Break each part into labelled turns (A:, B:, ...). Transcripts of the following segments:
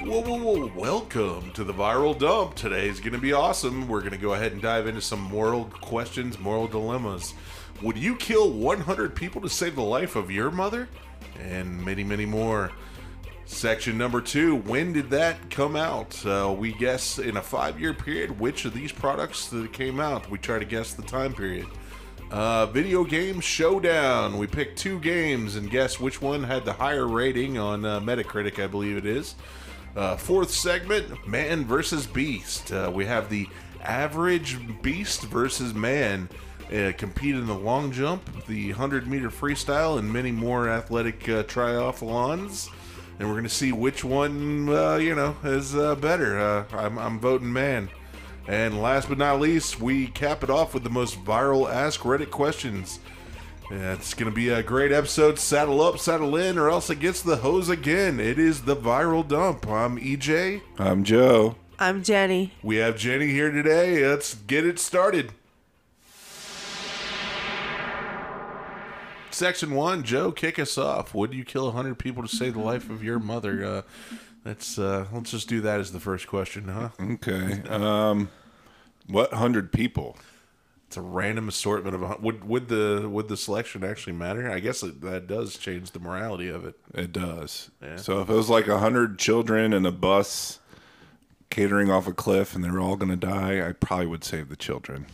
A: Whoa, whoa, whoa. Welcome to the viral dump. Today is going to be awesome. We're going to go ahead and dive into some moral questions, moral dilemmas. Would you kill 100 people to save the life of your mother? And many, many more. Section number two When did that come out? Uh, we guess in a five year period which of these products that came out. We try to guess the time period. Uh, video game showdown. We pick two games and guess which one had the higher rating on uh, Metacritic, I believe it is. Uh, fourth segment, man versus beast. Uh, we have the average beast versus man uh, compete in the long jump, the 100 meter freestyle, and many more athletic uh, triathlons. And we're going to see which one, uh, you know, is uh, better. Uh, I'm, I'm voting man. And last but not least, we cap it off with the most viral Ask Reddit questions. Yeah, it's going to be a great episode. Saddle up, saddle in, or else it gets the hose again. It is the viral dump. I'm EJ.
B: I'm Joe.
C: I'm Jenny.
A: We have Jenny here today. Let's get it started. Section one, Joe, kick us off. Would you kill 100 people to save the life of your mother? Uh, let's uh, let's just do that as the first question, huh?
B: Okay. Um, what hundred people?
A: It's a random assortment of a hun- would would the would the selection actually matter? I guess it, that does change the morality of it.
B: It does. So if it was like hundred children in a bus catering off a cliff and they were all going to die, I probably would save the children.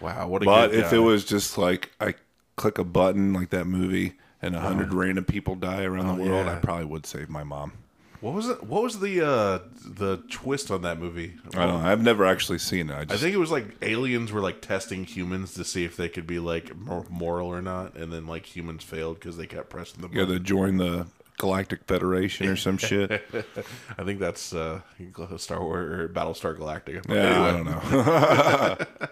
A: Wow, what a
B: But
A: good
B: if
A: guy.
B: it was just like I click a button like that movie and hundred random people die around the world,
A: Uh-huh. Oh, yeah.
B: I probably would save my mom.
A: what was it? What was the uh, the twist on that movie?
B: I don't know. I've never actually seen it. I
A: Oh. I
B: just
A: think it was like aliens were like testing humans to see if they could be like mor- moral or not, and then like humans failed because they kept pressing the
B: yeah,
A: button.
B: they join the Galactic Federation or some shit.
A: I think that's uh, Star Wars or Battlestar Galactica. But
B: Yeah, I
A: anyway.
B: don't know.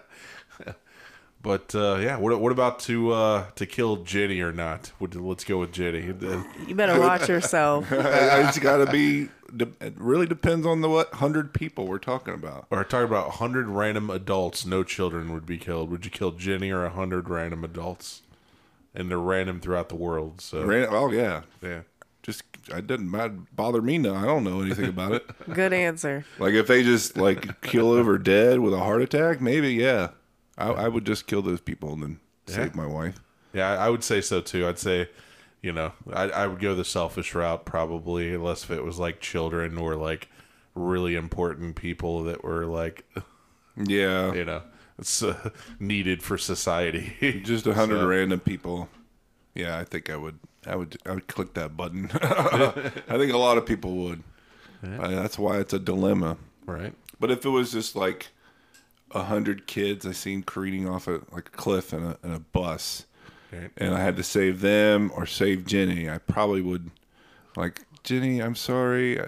A: But uh, yeah, what, what about to uh, to kill Jenny or not? Would, let's go with Jenny.
C: You better watch yourself.
B: I, I just got to be. De- it really depends on the what hundred people we're talking about.
A: Or talking about 100 random adults, no children would be killed. Would you kill Jenny or 100 random adults? And they're random throughout the world. So,
B: Ran- oh yeah,
A: yeah.
B: just it doesn't ma- bother me. No, I don't know anything about it.
C: Good answer.
B: like if they just like kill over dead with a heart attack, maybe yeah, I, I would just kill those people and then save my wife.
A: Yeah, I I would say so too. I'd say, you know, I, I would go the selfish route probably, unless if it was like children or like really important people that were like,
B: Yeah,
A: you know, it's uh, needed for society.
B: just a hundred
A: So-
B: random people. Yeah, I think I would. I would. I would click that button. I think a lot of people would. Uh, that's why it's a dilemma.
A: right?
B: But if it was just like a hundred kids I seen careening off a like a cliff in a, in a bus,
A: Right.
B: and I had to save them or save Jenny, I probably would like Jenny. I'm sorry, I,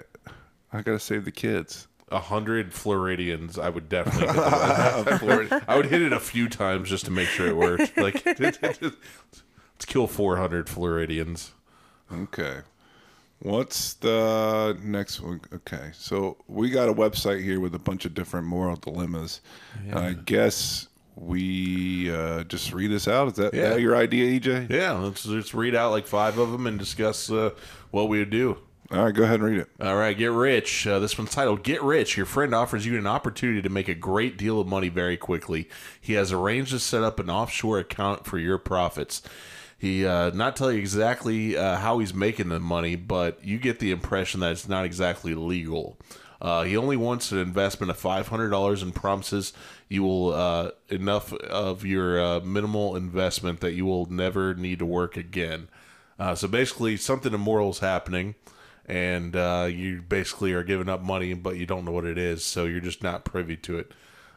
B: I gotta save the kids.
A: A hundred Floridians, I would definitely. hit the button. I would hit it a few times just to make sure it worked. Like, let's kill four hundred Floridians.
B: Okay. What's the next one? Okay, so we got a website here with a bunch of different moral dilemmas. I guess we uh, just read this out. Is that,
A: Yeah.
B: that your idea, E EJ?
A: Yeah, let's let's read out like five of them and discuss uh, what we would do.
B: All right, go ahead and read it.
A: All right, get rich. Uh, this one's titled "Get Rich." Your friend offers you an opportunity to make a great deal of money very quickly. He has arranged to set up an offshore account for your profits. He uh, not tell you exactly uh, how he's making the money, but you get the impression that it's not exactly legal. Uh, he only wants an investment of five hundred dollars and promises you will uh, enough of your uh, minimal investment that you will never need to work again. Uh, so basically, something immoral is happening, and uh, you basically are giving up money, but you don't know what it is, so you're just not privy to it.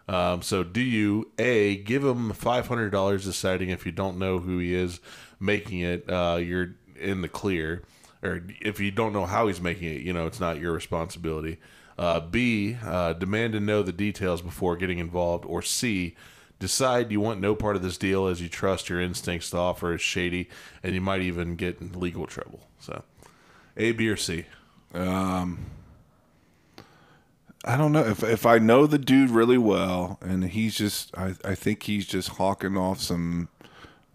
A: Um, so, do you a give him five hundred dollars, deciding if you don't know who he is making it, uh, you're in the clear, or if you don't know how he's making it, you know it's not your responsibility. Uh, B uh, demand to know the details before getting involved, or C decide you want no part of this deal as you trust your instincts. The offer is shady, and you might even get in legal trouble. So, A, B, or C.
B: I don't know if if I know the dude really well, and he's just I I think he's just hawking off some.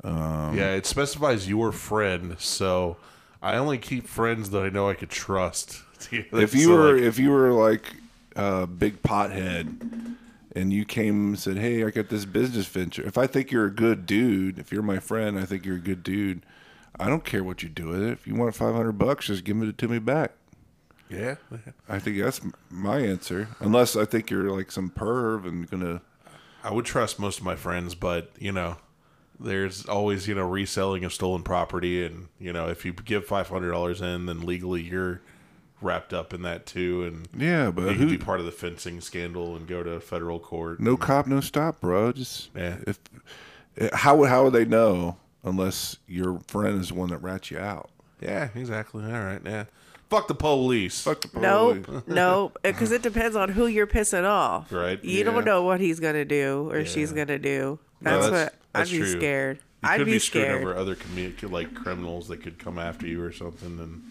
B: Um,
A: yeah, it specifies your friend, so I only keep friends that I know I could trust.
B: if
A: So,
B: you were
A: like,
B: if you were like a big pothead and you came and said hey i got this business venture if i think you're a good dude if you're my friend i think you're a good dude i don't care what you do with it if you want 500 bucks just give it to me back
A: yeah,
B: i think that's m- my answer unless i think you're like some perv and gonna
A: I would trust most of my friends, but you know, there's always you know reselling of stolen property, and you know if you give five hundred dollars in, then legally you're wrapped up in that too, and
B: yeah but
A: you could
B: who
A: be part of the fencing scandal and go to federal court.
B: no cop no stop bro just
A: Yeah.
B: if eh, how would how would they know unless your friend is the one that rats you out
A: Yeah, exactly. All right, yeah. Fuck the police.
B: fuck the police.
C: Nope, nope. Because it depends on who you're pissing off.
A: Right,
C: You
B: yeah.
C: don't know what he's gonna do or she's
A: Yeah.
C: gonna do.
A: No,
C: That's,
A: that's-
C: what
A: that's
C: I'd be
A: true.
C: scared.
A: You
C: I'd
A: could
C: be,
A: be, screwed
C: scared.
A: over other commu- like criminals that could come after you or something, and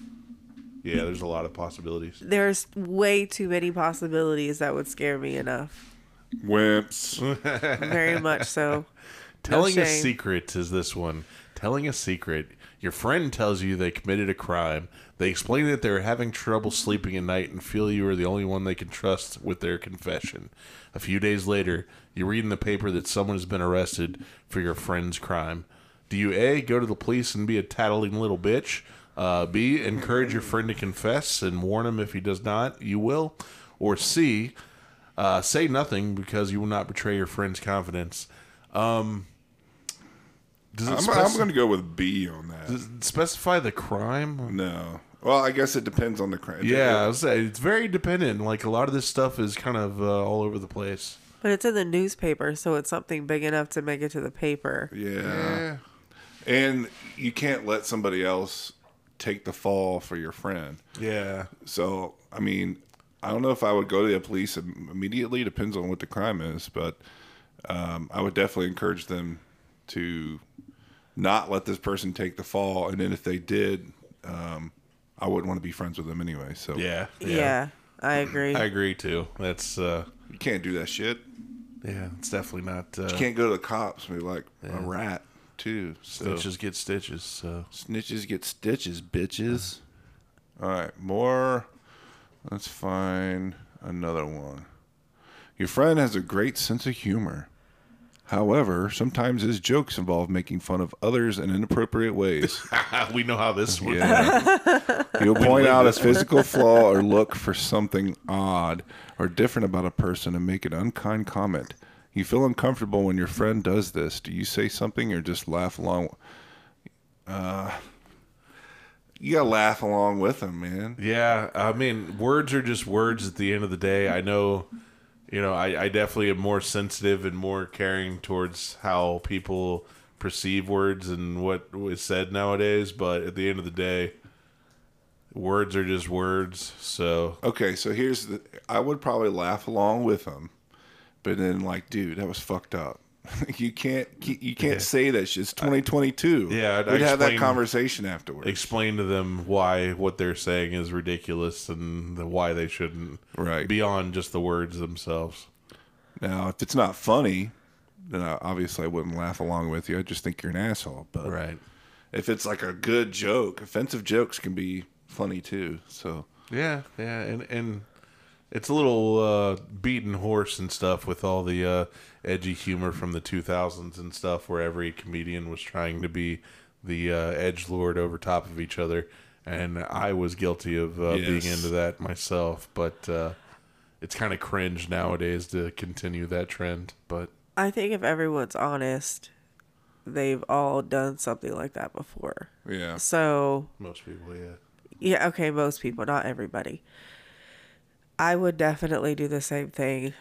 A: yeah, there's a lot of possibilities.
C: There's way too many possibilities that would scare me enough.
B: wimps
C: Very much so.
A: Telling a
C: shame.
A: secret is this one. Telling a secret. Your friend tells you they committed a crime. They explain that they're having trouble sleeping at night and feel you are the only one they can trust with their confession. A few days later, you read in the paper that someone has been arrested for your friend's crime. Do you A, go to the police and be a tattling little bitch? Uh, B, encourage your friend to confess and warn him if he does not, you will? Or C, uh, say nothing because you will not betray your friend's confidence. Um, does it
B: I'm,
A: spec-
B: I'm going to go with B on that.
A: does it specify the crime?
B: No. Well, I guess it depends on the crime.
A: Yeah, I was saying, it's very dependent. Like a lot of this stuff is kind of uh, all over the place.
C: But it's in the newspaper, so it's something big enough to make it to the paper.
B: Yeah. Eh. And you can't let somebody else take the fall for your friend.
A: yeah.
B: So, I mean, I don't know if I would go to the police im- immediately. Depends on what the crime is, but um, I would definitely encourage them to not let this person take the fall. And then if they did, um, I wouldn't want to be friends with them anyway. So
A: yeah,
C: Yeah, I agree.
A: I agree too. That's uh,
B: you can't do that shit.
A: yeah, it's definitely not. Uh,
B: You can't go to the cops and be like a rat too. So
A: Snitches get stitches. So
B: snitches get stitches, bitches. All right, more. Let's find another one. Your friend has a great sense of humor. However, sometimes his jokes involve making fun of others in inappropriate ways.
A: we know how this works.
B: Yeah. He'll point out a physical flaw or look for something odd or different about a person and make an unkind comment. You feel uncomfortable when your friend does this. Do you say something or just laugh along? Uh, you gotta laugh along with him, man.
A: Yeah, I mean, words are just words at the end of the day. I know, you know, I, I definitely am more sensitive and more caring towards how people perceive words and what is said nowadays, but at the end of the day, words are just words. So,
B: Okay, so here's the. I would probably laugh along with him, but then like, dude, that was fucked up. you can't you can't say that shit. It's 2022.
A: Yeah, I'd-
B: we'd have that
A: explain-
B: conversation afterwards.
A: explain to them why what they're saying is ridiculous and the, why they shouldn't.
B: Right.
A: Beyond just the words themselves.
B: Now, if it's not funny, then I, obviously I wouldn't laugh along with you. I just think you're an asshole. But
A: Right.
B: if it's like a good joke, offensive jokes can be funny too. So
A: Yeah, yeah, and and it's a little uh, beaten horse and stuff with all the uh, edgy humor from the 2000s and stuff, where every comedian was trying to be the uh, edge lord over top of each other, and I was guilty of uh, being
B: Yes.
A: into that myself. But uh, it's kind of cringe nowadays to continue that trend. But
C: I think if everyone's honest, they've all done something like that before.
B: yeah,
C: So,
A: most people, yeah,
C: yeah, okay, most people, not everybody. I would definitely do the same thing.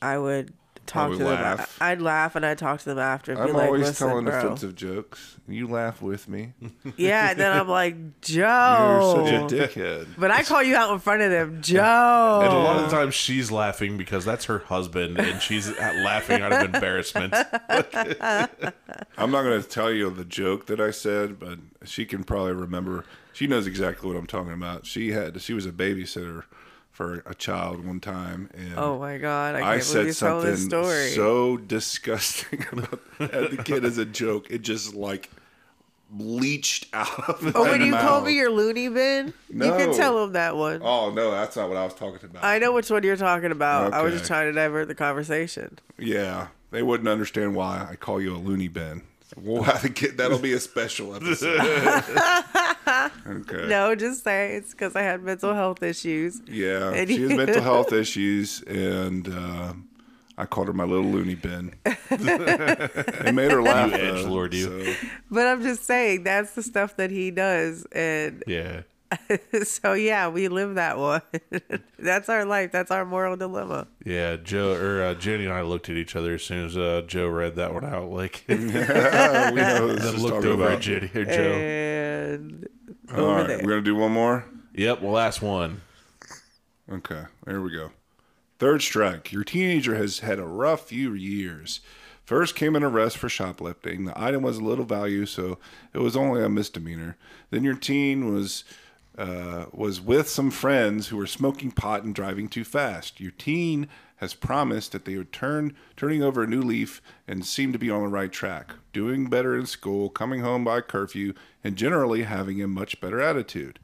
C: I would talk
B: Probably
C: to them.
B: laugh.
C: I- I'd laugh and I'd talk to them after and be
B: I'm
C: like,
B: always
C: "Listen,
B: telling
C: bro."
B: offensive jokes. You laugh with me. Oh.
C: Yeah, and then I'm like, "Joe."
B: You're such a dickhead.
C: but I call you out in front of them, Joe.
A: and a lot of the time she's laughing because that's her husband, and she's laughing out of embarrassment.
B: I'm not going to tell you the joke that I said, but she can probably remember. She knows exactly what I'm talking about. She had she was a babysitter for a child one time, and
C: oh my god, I can't
B: I
C: believe
B: said
C: you told
B: something
C: this story.
B: so disgusting about that the kid as a joke. It just like leached out of
C: Oh,
B: my
C: when you call
B: mouth.
C: me your loony bin, you
B: No.
C: can tell him that one.
B: Oh no, that's not what I was talking about.
C: I know which one you're talking about. I was just
B: Okay.
C: trying to divert the conversation.
B: Yeah, they wouldn't understand why I call you a loony bin. We'll have to get that'll be a special episode. okay.
C: No, just say it's because I had mental health issues.
B: Yeah,
C: And
B: she has
C: you-
B: mental health issues, and uh, I called her my little loony bin. it made her laugh.
A: You edgelord,
B: though,
A: you.
B: so-
C: But I'm just saying that's the stuff that he does, and
A: Yeah.
C: so yeah, we live that one. that's our life. That's our moral dilemma.
A: Yeah, Joe or uh, Jenny and I looked at each other as soon as uh, Joe read that one out. Like, then
B: Yeah, we know who this is
A: looked
B: talking
A: over at
B: about.
A: Jenny or Joe.
C: And over
B: All right,
C: there.
B: we're gonna do one more.
A: Yep, well, last one.
B: Okay, there we go. Third strike. Your teenager has had a rough few years. First came an arrest for shoplifting. The item was a little value, so it was only a misdemeanor. Then your teen was uh, was with some friends who were smoking pot and driving too fast. Your teen has promised that they would turn turning over a new leaf and seem to be on the right track, doing better in school, coming home by curfew, and generally having a much better attitude.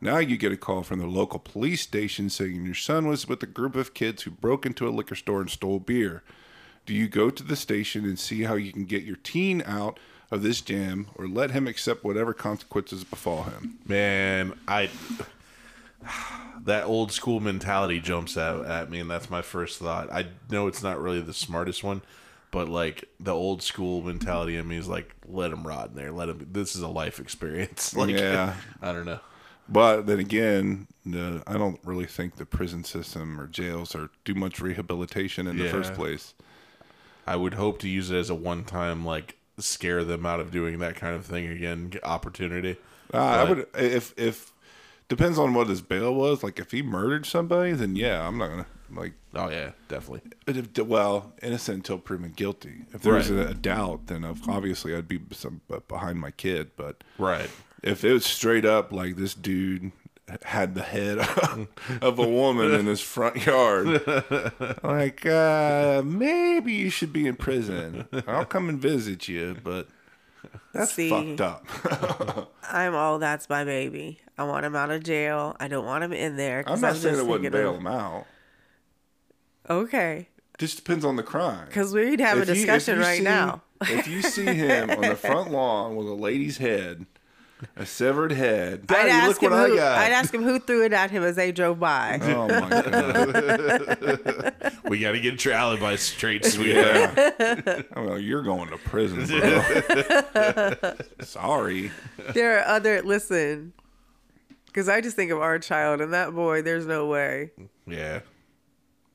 B: Now you get a call from the local police station saying your son was with a group of kids who broke into a liquor store and stole beer. Do you go to the station and see how you can get your teen out of this jam or let him accept whatever consequences befall him?
A: Man, I that old school mentality jumps out at me, and that's my first thought. I know it's not really the smartest one, but like the old school mentality in me is like, let him rot in there. Let him. This is a life experience. Like,
B: Yeah.
A: I don't know.
B: But then again, the, I don't really think the prison system or jails are do much rehabilitation in the
A: Yeah.
B: first place.
A: I would hope to use it as a one-time like scare them out of doing that kind of thing again opportunity.
B: Uh, I would if if depends on what his bail was. Like if he murdered somebody, then yeah, I'm not gonna like
A: Oh yeah, definitely.
B: But if well, innocent until proven guilty. If there was
A: Right.
B: a, a doubt, then of- obviously I'd be some, b- behind my kid. But
A: Right.
B: if it was straight up like this dude had the head of a woman in his front yard, like uh, maybe you should be in prison. I'll come and visit you, but that's
C: See.
B: fucked up.
C: I'm all that's my baby. I want him out of jail. I don't want him in there. 'cause
B: I'm not saying
C: just
B: I wouldn't
C: thinking
B: bail
C: of-
B: him out.
C: Okay,
B: Just depends on the crime.
C: because we'd have a
B: If you- if
C: discussion
B: you
C: right
B: see-
C: now.
B: if you see him on the front lawn with a lady's head, a severed head.
A: Daddy,
C: I'd ask
A: look
C: him
A: what I
C: who,
A: got.
C: would ask him who threw it at him as they drove by.
B: Oh my god!
A: We got to get your alibi straight, sweetheart.
B: Yeah. I'm like, you're going to prison, bro. Sorry.
C: there are other listen, because I just think of our child and that boy. There's no way.
A: yeah.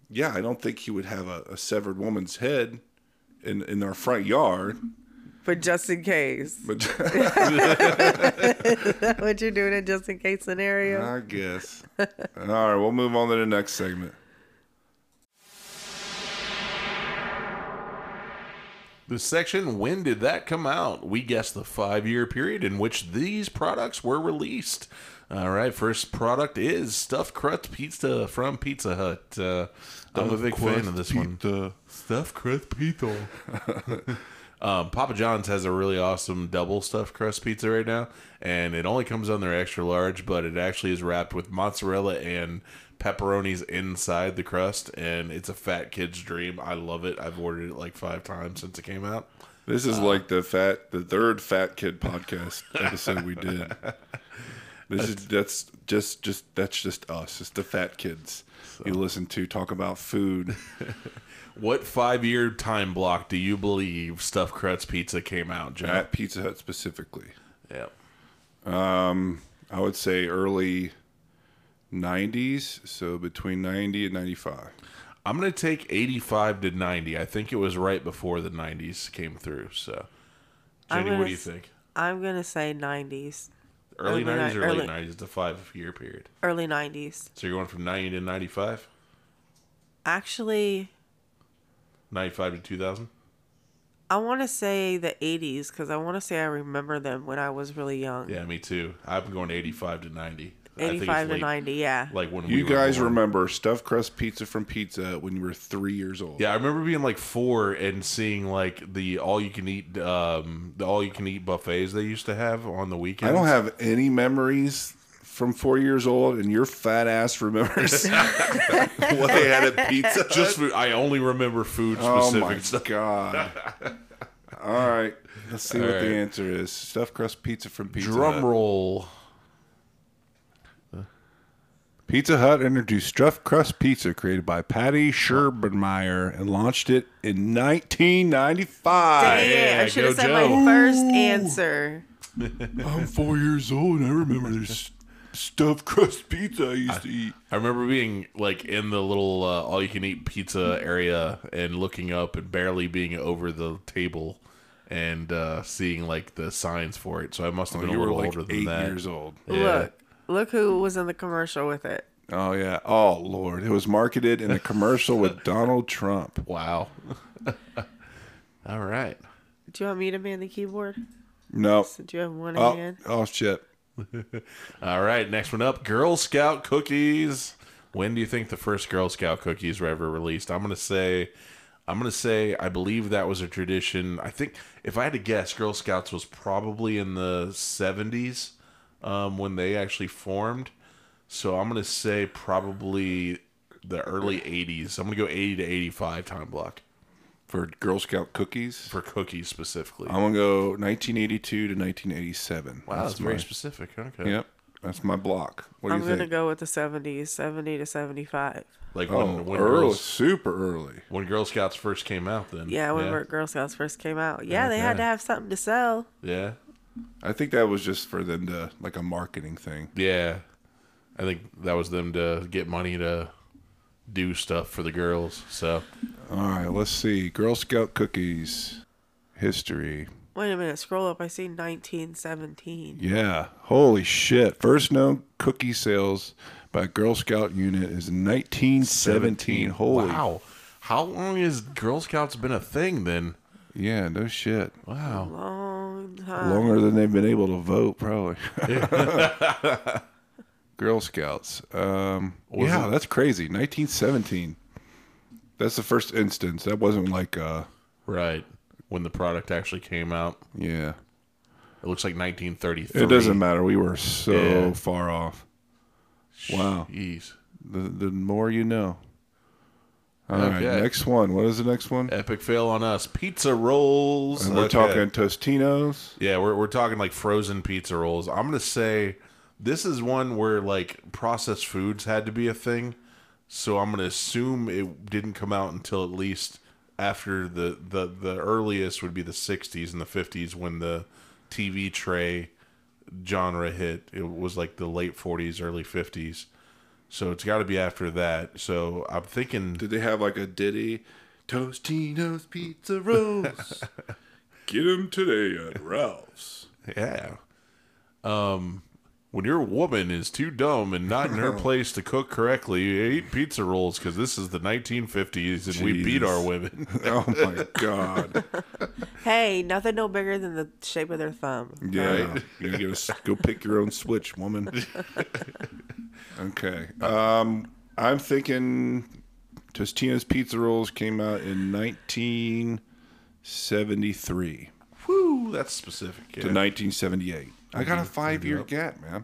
B: Yeah, I don't think he would have a, a severed woman's head in in our front yard.
C: But just in case,
B: But
C: what you're doing a just in case scenario.
B: I guess. All right, we'll move on to the next segment.
A: The section when did that come out? We guess the five year period in which these products were released. All right, first product is stuffed crust pizza from Pizza Hut. Uh, I'm a big fan of this one. Stuffed crust pizza. um, Papa John's has a really awesome double stuffed crust pizza right now, and it only comes on their extra large, but it actually is wrapped with mozzarella and pepperonis inside the crust, and it's a fat kid's dream. I love it. I've ordered it like five times since it came out.
B: This
A: Uh,
B: is like the fat, the third fat kid podcast episode we did. This is that's just just that's just us. It's the fat kids you listen to talk about food.
A: What five year time block do you believe stuffed crust pizza came out, Joe?
B: at Pizza Hut specifically.
A: Yeah.
B: I would say early '90s, so between '90 and '95.
A: I'm gonna take 85 to 90. I think it was right before the 90s came through. So,
C: I'm
A: Jenny, what
C: gonna
A: do you
C: s-
A: think?
C: I'm gonna say 90s,
A: Early,
C: early
A: 90s
C: ni-
A: or late
C: early-
A: 90s? The five year period.
C: early 90s.
A: So you're going from 90 to 95,
C: Actually,
A: 95 to 2000.
C: I want to say the 80s because I want to say I remember them when I was really young.
A: Yeah, me too. I'm going 85 to 90. I think it's
C: 85 to
A: late-
C: 90, yeah.
A: Like when we
B: You
A: were
B: guys
A: born.
B: remember stuffed crust pizza from Pizza Hut when you were three years old?
A: Yeah, I remember being like four and seeing like the all you can eat, um, the all you can eat buffets they used to have on the
B: I
A: weekends.
B: don't have any memories from four years old, and your fat ass remembers what they had at Pizza Hut.
A: just. Food. I only remember food
B: oh
A: specific
B: my
A: stuff.
B: god! All right, let's see what
A: right.
B: the answer is. Stuffed crust pizza from Pizza Hut.
A: Drum roll.
B: Pizza Hut introduced stuffed crust pizza created by Patty Scherbenmeyer and launched it in 1995.
C: Dang it,
A: ah, yeah,
C: I should have
A: go
C: said
A: Joe.
C: my first answer.
B: I'm four years old and I remember this stuffed crust pizza I used to eat.
A: I remember being like in the little uh, all you can eat pizza area and looking up and barely being over the table and uh, seeing like the signs for it. So I must have been
B: Oh, you
A: a
B: were
A: little
B: like
A: older than
B: eight
A: that.
B: years old.
A: Yeah.
C: Look, look who was in the commercial with it.
B: Oh yeah. Oh lord, it was marketed in a commercial with Donald Trump.
A: Wow. All right.
C: Do you want me to man the keyboard?
B: No.
C: Do you have one in
B: Oh,
C: hand?
B: oh shit.
A: All right, next one up Girl Scout cookies. When do you think the first Girl Scout cookies were ever released? I'm going to say, I'm going to say, I believe that was a tradition. I think, if I had to guess, Girl Scouts was probably in the 70s um, when they actually formed. So I'm going to say probably the early 80s. I'm going to go 80 to 85 time block
B: For Girl Scout cookies.
A: for cookies specifically.
B: I'm gonna go 1982 to 1987.
A: wow, that's, very
B: my,
A: specific. Okay.
B: Yep, that's my block. What do
C: I'm
B: you
C: going to
B: think?
C: go with the 70s, 70 to 75.
A: Like
B: oh,
A: when, when,
B: early,
A: girls,
B: super early.
A: when Girl Scouts first came out, then.
C: Yeah, when Girl- Girl Scouts first came out. Yeah, they had
A: Okay.
C: to have something to sell.
A: Yeah.
B: I think that was just for them to like a marketing thing.
A: Yeah. I think that was them to get money to do stuff for the girls. So
B: All right, let's see. Girl Scout cookies history.
C: Wait a minute, scroll up. I see 1917.
B: Yeah. Holy shit. First known cookie sales by a Girl Scout unit is 1917. Holy.
A: wow. How long has Girl Scouts been a thing then?
B: Yeah, no shit.
A: Wow.
C: Long time.
B: Longer than they've been able to vote, probably. Girl Scouts. Um, yeah, that's crazy. 1917. That's the first instance. That wasn't like, uh,
A: Right. When the product actually came out.
B: yeah.
A: It looks like 1933.
B: It doesn't matter. We were so
A: Yeah.
B: far off. Wow.
A: Jeez.
B: The, the more you know. All right,
A: Okay.
B: next one. What is the next one?
A: Epic fail on us. Pizza rolls.
B: And we're
A: Okay.
B: talking Tostinos.
A: Yeah, we're, we're talking like frozen pizza rolls. I'm gonna say this is one where like processed foods had to be a thing. So I'm gonna assume it didn't come out until at least after the the the earliest would be the 60s and the 50s when the TV tray genre hit. It was like the late 40s, early 50s. So it's got to be after that. So I'm thinking
B: Did they have like a ditty? Tostinos Pizza Rolls. Get them today at Ralph's.
A: Yeah. Um, when your woman is too dumb and not in her place to cook correctly, eat pizza rolls because this is the 1950s and we beat
B: Jeez.
A: our women.
B: Oh my God.
C: Hey, nothing no bigger than the shape of their thumb.
B: Yeah. You gotta s- go pick your own switch, woman. Okay. Um, I'm thinking Tostinos Pizza Rolls came out in 1973
A: Woo, that's specific.
B: to
A: Yeah. Mm-hmm.
B: 1978. I got a five year gap, man.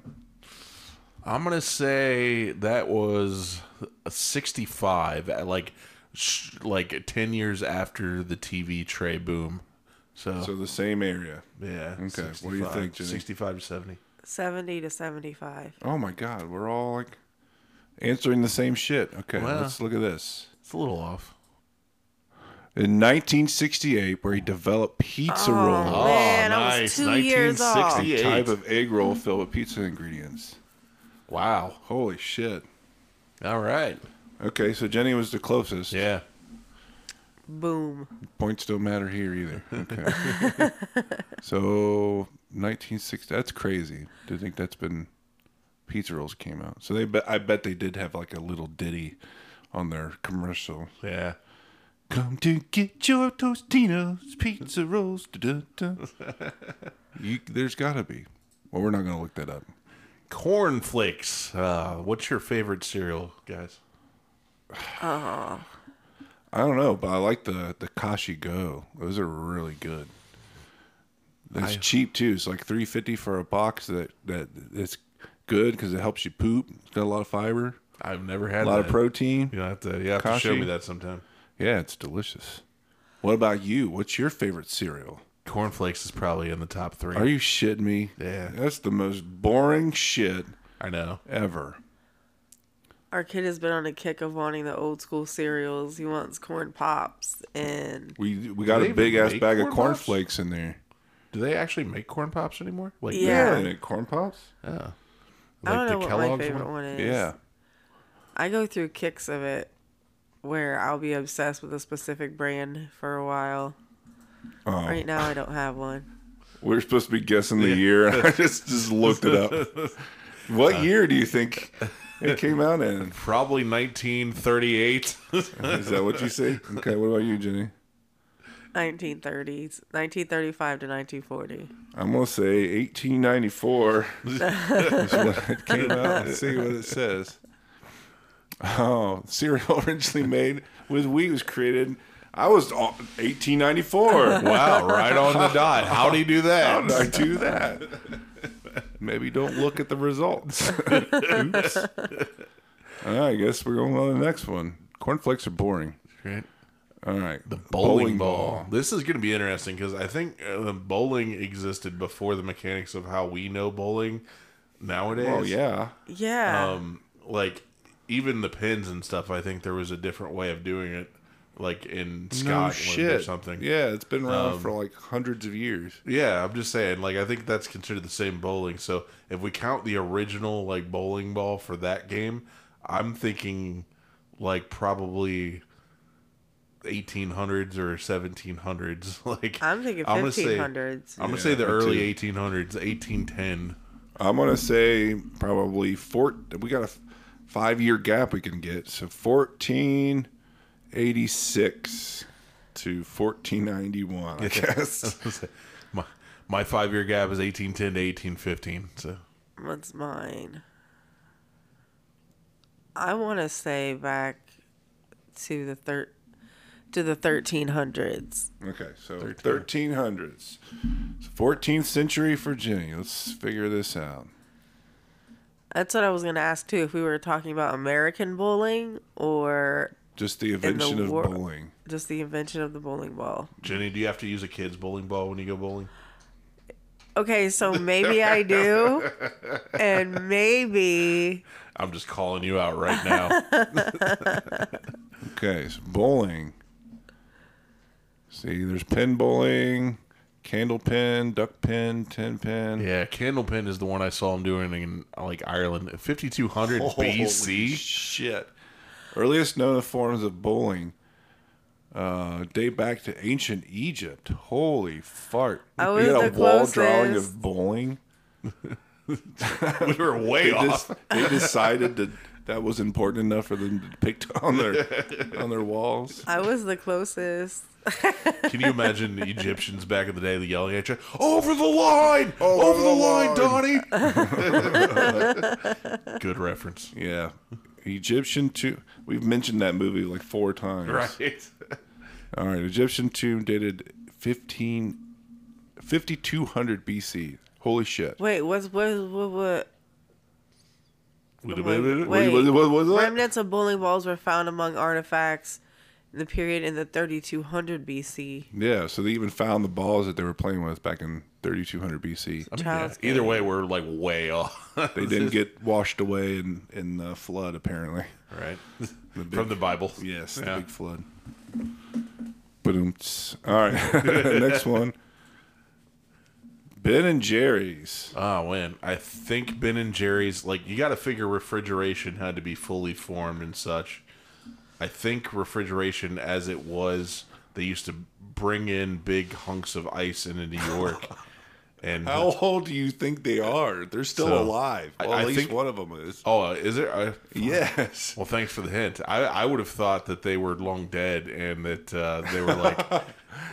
A: I'm gonna say that was a 65, at like sh- like 10 years after the TV tray boom. So,
B: So the same area.
A: yeah.
B: Okay, what do you
A: 65
B: think, Jenny?
A: 65 to 70.
C: 70 to 75.
B: Oh my God, we're all like answering the same shit. Okay,
A: Well.
B: let's look at this.
A: It's a little off.
B: In 1968, where he developed pizza
A: Oh,
B: rolls,
C: Man, I was two years off.
B: a
A: 1968.
B: type of egg roll filled with pizza ingredients.
A: Wow.
B: Holy shit.
A: All right.
B: Okay, so Jenny was the closest.
A: Yeah.
C: Boom.
B: Points don't matter here either. Okay. so 1960. That's crazy. Do you think that's been pizza rolls came out? So they, bet I bet they did have like a little ditty on their commercial.
A: Yeah.
B: Come to get your Tostinos pizza rolls. Da, da, da. You, there's got to be. Well, we're not going to look that up.
A: Corn flakes. Uh, what's your favorite cereal, guys?
B: I don't know, but I like the the Kashi Go. Those are really good. It's cheap too. It's like three fifty for a box. That that it's good because it helps you poop. It's got a lot of fiber,
A: I've never had
B: a lot
A: that.
B: of protein.
A: You have to. You have to show
B: Kashi?
A: me that sometime.
B: Yeah, it's delicious. What about you? What's your favorite cereal?
A: Corn flakes is probably in the top three.
B: Are you shitting me?
A: Yeah.
B: that's the most boring shit
A: I know.
B: ever.
C: Our kid has been on a kick of wanting the old school cereals. He wants corn pops and
B: We we got
A: they
B: a
A: even
B: big ass
A: make
B: bag of
A: Corn Pops?
B: cornflakes in there.
A: Do they actually make corn pops anymore? Like
C: Yeah.
B: and it- corn pops.
A: Oh.
C: I don't know what my
A: Kellogg's
C: favorite one is.
B: Yeah,
C: I go through kicks of it where I'll be obsessed with a specific brand for a while.
B: Oh.
C: Right now, I don't have one.
B: we are supposed to be guessing the year. I just just looked it up. What year do you think it came out in?
A: Probably 1938.
B: Is that what you say? Okay, what about you, Jenny?
C: 1930s, 1935 to 1940.
B: I'm gonna say 1894. is when it came out. Let's see what it says. Oh, cereal originally made with wheat was created. I was on 1894.
A: wow, right on the dot. How do you do
B: How did
A: that?
B: I do that? Maybe don't look at the results. Oops. All right, I guess we're going on to the next one. Cornflakes are boring.
A: Right.
B: All right. The
A: Bowling ball. This is going to be interesting because I think uh, bowling existed before the mechanics of how we know bowling nowadays.
B: Oh, yeah.
C: Yeah.
A: um like even the pins and stuff i think there was a different way of doing it like in scotland or something Um,
B: Yeah, it's been around for like hundreds of years.
A: yeah i'm just saying like i think that's considered the same bowling so if we count the original like bowling ball for that game i'm thinking like probably 1800s or 1700s like
C: I'm thinking
A: I'm gonna say-
C: 1500s.
A: i'm gonna
B: Yeah,
A: say the
B: me
A: early 1800s 1810
B: I'm going to say probably four. We got a f- five year gap we can get. So 1486 to 1491, I guess.
A: my, my five year gap is 1810 to 1815 so
C: What's mine? I want to say back to the thir- to the 1300s.
B: Okay, so 1300s. So 14th century for Jenny. Let's figure this out.
C: That's what I was going to ask too. If we were talking about American bowling or
B: Just the invention of
C: wor-
B: bowling.
C: just the invention of the bowling ball.
A: Jenny, do you have to use a kid's bowling ball when you go bowling?
C: Okay, so maybe I do, and maybe
A: I'm just calling you out right now.
B: Okay, so bowling. See, there's pin bowling, candle pin, duck pin, tin pin.
A: yeah, candlepin is the one I saw him doing in like Ireland, 5200 BC.
B: Shit. Earliest known forms of bowling uh, date back to ancient Egypt. Holy fart.
C: I
B: you
C: was
B: got a
C: the
B: wall drawing
C: closest.
B: of bowling?
A: We were way
B: They,
A: off.
B: just, they decided that that was important enough for them to pick on their on their walls.
C: I was the closest.
A: Can you imagine the Egyptians back in the day yelling at you, "Over the line! Over, the, line, Donnie!" Good reference.
B: Yeah. Egyptian tomb. We've mentioned that movie like four times.
A: Right. Oh,
B: All right. Egyptian tomb dated 15, 5200 BC. Holy shit.
C: Wait, what's what what what?
B: What- what- what was that?
C: Remnants of bowling balls were found among artifacts in the period in the 3200 BC.
B: Yeah, so they even found the balls that they were playing with back in 3200 BC.
A: Yeah,
C: Child's game.
A: either way, we're like way off.
B: They didn't get washed away in in the flood, apparently.
A: right from the Bible.
B: Yes, the
A: Yeah.
B: big flood. But all right, next one. Ben and Jerry's.
A: Oh man, I think Ben and Jerry's like you got to figure refrigeration had to be fully formed and such. I think refrigeration, as it was, they used to bring in big hunks of ice into New York, and
B: How old do you think they are? They're still
A: So,
B: alive.
A: I-
B: Well,
A: I
B: at least
A: think-
B: one of them is.
A: oh, uh, is there? I,
B: Yes.
A: well, thanks for the hint. I I would have thought that they were long dead and that uh, they were like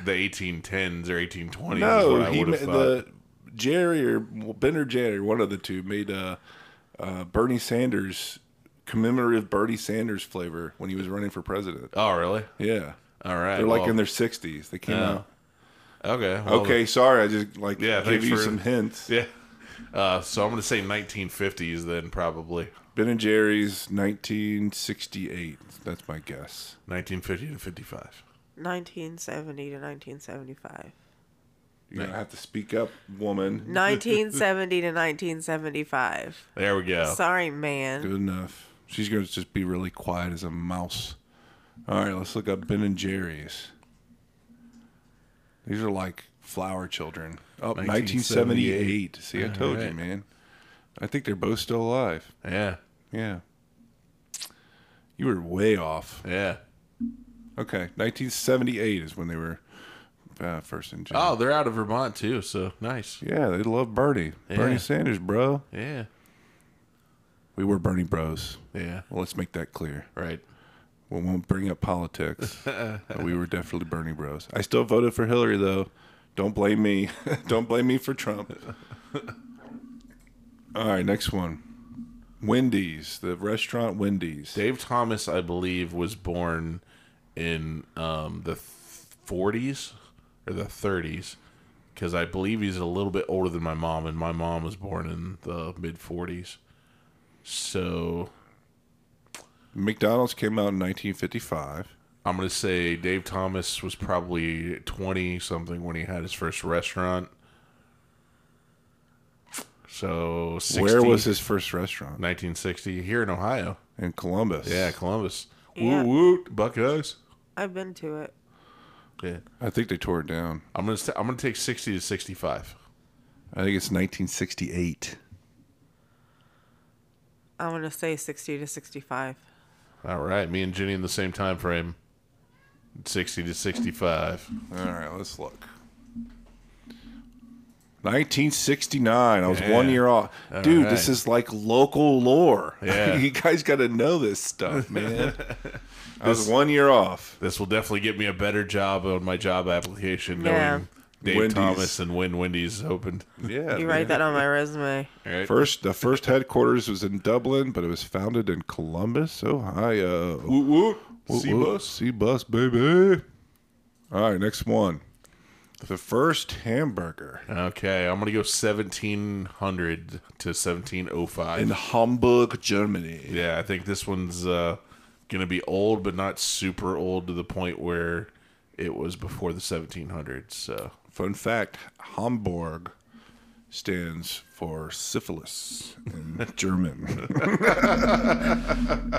A: the 1810s or 1820s. is
B: No,
A: what I
B: he
A: would
B: ma-
A: have thought.
B: the Jerry or well, Ben or Jerry, one of the two, made uh, uh, Bernie Sanders commemorative Bernie Sanders flavor when he was running for president.
A: Oh, really?
B: Yeah,
A: All right.
B: they're like
A: well,
B: in their sixties. They came out.
A: Okay. well,
B: Okay, sorry, I just like
A: Yeah,
B: gave
A: thanks
B: you
A: for-
B: some hints.
A: Yeah. Uh, so I'm gonna say 1950s then probably
B: Ben and Jerry's 1968. That's my guess.
A: 1950 to 55.
C: 1970 to 1975.
B: You're gonna have to speak up, woman.
C: 1970 to 1975.
A: There we go.
C: Sorry, man.
B: Good enough. She's gonna just be really quiet as a mouse. All right, let's look up Ben and Jerry's. These are like flower children. Oh,
A: 1978.
B: 1978. See, I told you,
A: right.
B: man. I think they're both still alive.
A: Yeah.
B: Yeah. You were way off.
A: Yeah.
B: Okay, 1978 is when they were uh, first in jail.
A: Oh, they're out of Vermont too. So nice.
B: Yeah, they love Bernie. Bernie
A: Yeah.
B: Sanders, bro.
A: Yeah.
B: We were Bernie bros.
A: Yeah.
B: Well, let's make that clear.
A: Right.
B: We won't bring up politics. but we were definitely Bernie bros. I still voted for Hillary, though. Don't blame me. Don't blame me for Trump. All right, next one. Wendy's, the restaurant Wendy's.
A: Dave Thomas, I believe, was born in um, the th- 40s or the 30s because I believe he's a little bit older than my mom, and my mom was born in the mid 40s. So
B: McDonald's came out in 1955.
A: I'm going to say Dave Thomas was probably 20 something when he had his first restaurant. So 60,
B: Where was his first restaurant?
A: 1960 here in Ohio.
B: In Columbus.
A: Yeah, Columbus.
C: Yeah.
A: Woot woot, Buckeyes.
C: I've been to it.
A: Yeah.
B: I think they tore it down.
A: I'm gonna st- I'm gonna take sixty to sixty five.
B: I think it's 1968.
C: I'm going to say 60 to 65.
A: All right, me and Jenny in the same time frame. Sixty to sixty five.
B: All right, let's look. 1969. I was one
A: Yeah.
B: year off. Dude,
A: right.
B: this is like local lore.
A: Yeah.
B: you guys got to know this stuff, man. I was one year off.
A: This will definitely get me a better job on my job application. Knowing
C: Yeah.
A: Dave
B: Wendy's.
A: Thomas and when Wendy's opened.
B: Yeah.
C: You write that on my resume.
A: All right.
B: First, the first headquarters was in Dublin, but it was founded in Columbus, Ohio.
A: Woot woot. Seabus.
B: C bus, baby. All right, next one. The first hamburger
A: Okay, I'm gonna go seventeen hundred to seventeen oh
B: in
A: five.
B: Hamburg, Germany.
A: Yeah, I think this one's uh, gonna be old, but not super old to the point where it was before the seventeen hundreds. So
B: Fun fact Hamburg stands for syphilis in German.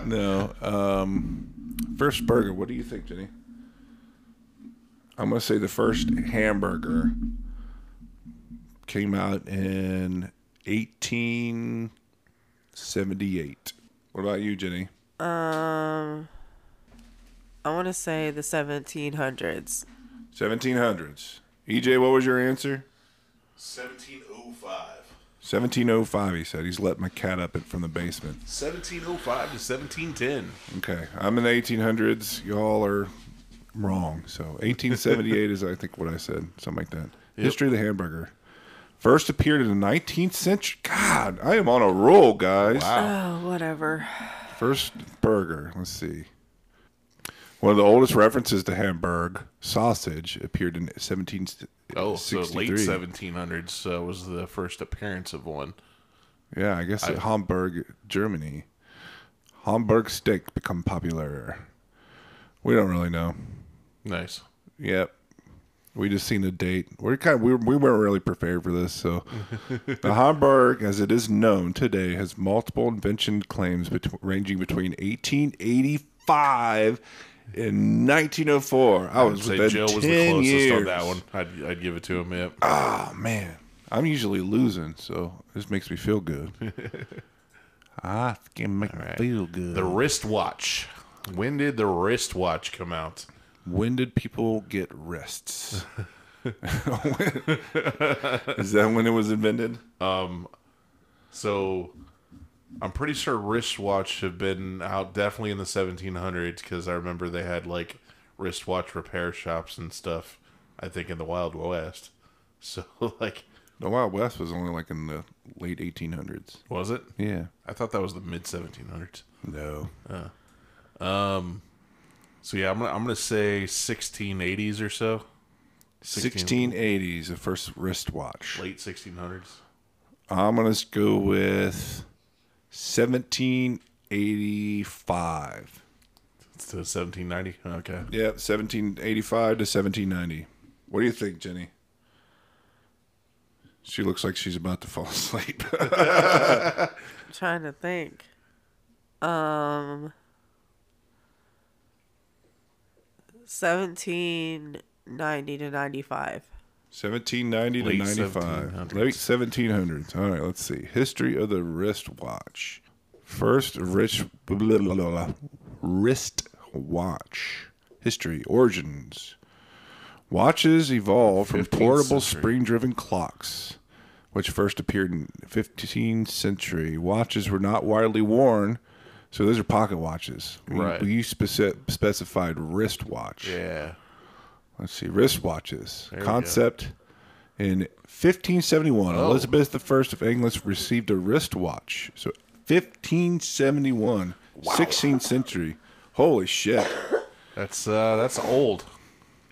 B: no. Um, first burger. What do you think, Jenny? I'm going to say the first hamburger came out in 1878. What about you, Jenny?
C: I want to say the 1700s.
B: 1700s. EJ, E what was your answer?
A: seventeen oh five.
B: 1705, he said. He's letting my cat up it from the basement.
A: 1705 to 1710.
B: Okay, I'm in the 1800s. Y'all are wrong. So 1878 is, I think, what I said, something like that. History of the hamburger. First appeared in the 19th century. God, I am on a roll, guys.
C: Oh, whatever.
B: First burger. Let's see. One of the oldest references to Hamburg sausage appeared in 17.
A: Oh, so late 1700s so was the first appearance of one.
B: Yeah, I guess at Hamburg, Germany. Hamburg steak become popular. We don't really know.
A: Nice.
B: Yep. We just seen a date. We're kind of, we, we weren't really prepared for this. So, the Hamburg, as it is known today, has multiple invention claims bet- ranging between 1885 and 1904. I was
A: Say
B: within
A: Joe was the
B: 10
A: closest
B: years.
A: on that one. I'd, I'd give it to him. Yep.
B: Oh man, I'm usually losing, so this makes me feel good. I can make me feel good.
A: the wristwatch. When did the wristwatch come out?
B: When did people get wrists? Is that when it was invented?
A: So I'm pretty sure wristwatch have been out definitely in the 1700s because I remember they had like wristwatch repair shops and stuff, I think, in the Wild West. So, like,
B: The Wild West was only like in the late 1800s.
A: Was it?
B: Yeah.
A: I thought that was the mid 1700s.
B: No.
A: So yeah, I'm gonna I'm gonna say 1680s or so,
B: 1680s, the first wristwatch.
A: late 1600s.
B: I'm going to go with 1785.
A: It's to 1790. Okay.
B: Yeah, 1785 to 1790. What do you think, Jenny? She looks like she's about to fall asleep.
C: I'm trying to think. Um, seventeen ninety to ninety five.
B: 1790
A: Late
B: to 95.
A: 1700s.
B: Late 1700s. All right, let's see. History of the wristwatch. First rich blah, blah, blah, blah, blah. wristwatch. History, origins. Watches evolved from
A: 15th
B: portable
A: century.
B: spring-driven clocks, which first appeared in 15th century. Watches were not widely worn, so those are pocket watches. We,
A: Right.
B: we speci- specified wristwatch
A: Yeah.
B: let's see, wristwatches
A: we Oh.
B: concept. In 1571, Elizabeth I of England received a wristwatch. So 1571, 16th century. Holy shit!
A: That's uh that's old.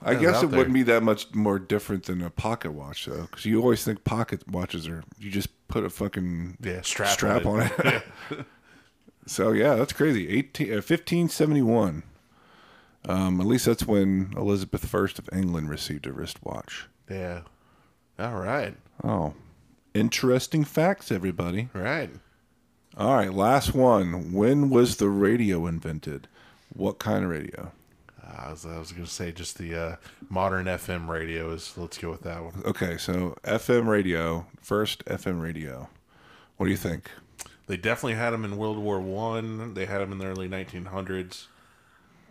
B: I
A: That's
B: guess
A: out
B: it
A: there.
B: wouldn't be that much more different than a pocket watch, though, because you always think pocket watches are you just put a fucking
A: Yeah, strap on
B: strap
A: it.
B: on it. so yeah, that's crazy. 18, uh, 1571. Um, at least that's when Elizabeth I of England received a wristwatch.
A: Yeah. All right.
B: Oh, interesting facts, everybody.
A: All right.
B: All right, last one. When was the radio invented? What kind of radio?
A: I was, I was gonna say just the uh, modern FM radio is. Let's go with that one.
B: Okay, so FM radio, first FM radio. What do you think?
A: They definitely had them in World War One. They had them in the early 1900s.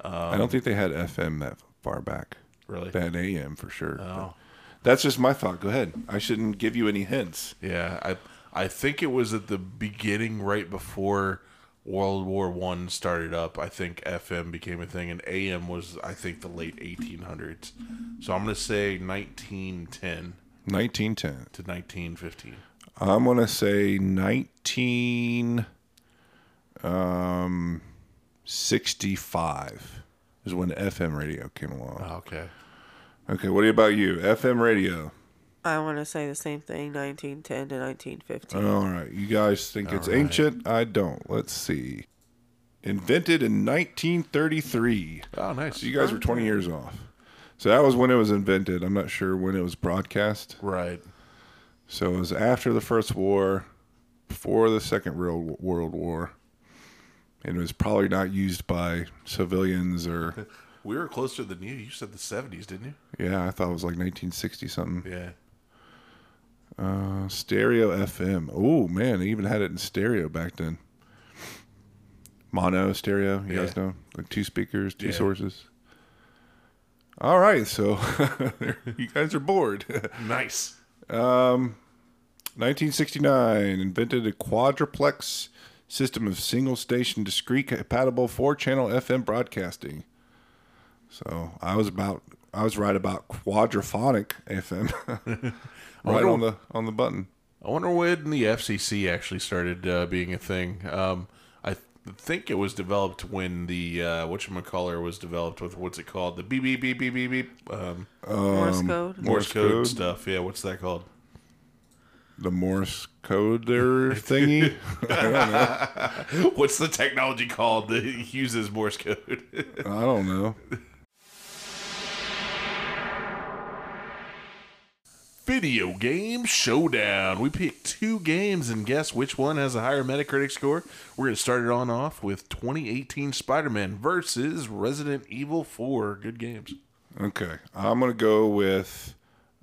B: I don't think they had FM that far back.
A: Um, Really?
B: They had AM for sure.
A: Oh.
B: That's just my thought. Go ahead. I shouldn't give you any hints.
A: Yeah. I I think it was at the beginning, right before World War One started up. I think FM became a thing, and AM was I think the late 1800s. So I'm gonna say 1910
B: 1910.
A: to 1915.
B: I'm going to say 1965 um, is when FM radio came along.
A: Oh, Okay.
B: Okay, what about you? FM radio.
C: I want to say the same thing. Nineteen ten to nineteen fifteen.
B: All right, you guys think it's ancient? I don't. Let's see. Invented in 1933.
A: Oh, nice.
B: So you guys were 20 years off. So that was when it was invented. I'm not sure when it was broadcast.
A: right.
B: So it was after the First War, before the Second World World War, and it was probably not used by civilians or.
A: We were closer than you. You said the 70s, didn't
B: Yeah, I thought it was like 1960 something.
A: you? Yeah.
B: Uh, stereo FM. Oh man, they even had it in stereo back then. Mono stereo. You guys
A: Yeah.
B: know, like two speakers, two
A: Yeah.
B: sources. All right, so you guys are bored.
A: Nice.
B: 1969 invented a quadruplex system of single station, discrete, compatible four channel FM broadcasting. So I was about, I was right about quadraphonic FM, right on the on the button.
A: I wonder when the FCC actually started uh, being a thing. Um, I th- think it was developed when the uh, whatchamacallit was developed with what's it called? The beep, beep, beep, beep, beep, beep. Um,
C: Morse code.
A: Morse code,
B: code.
A: stuff. Yeah, what's that called?
B: the Morse coder thingy.
A: what's the technology called that uses Morse code?
B: I don't know.
A: Video Game Showdown. We pick two games and guess which one has a higher Metacritic score. We're going to start it on off with 2018 Spider Man versus Resident Evil 4. Good games.
B: Okay, I'm gonna go with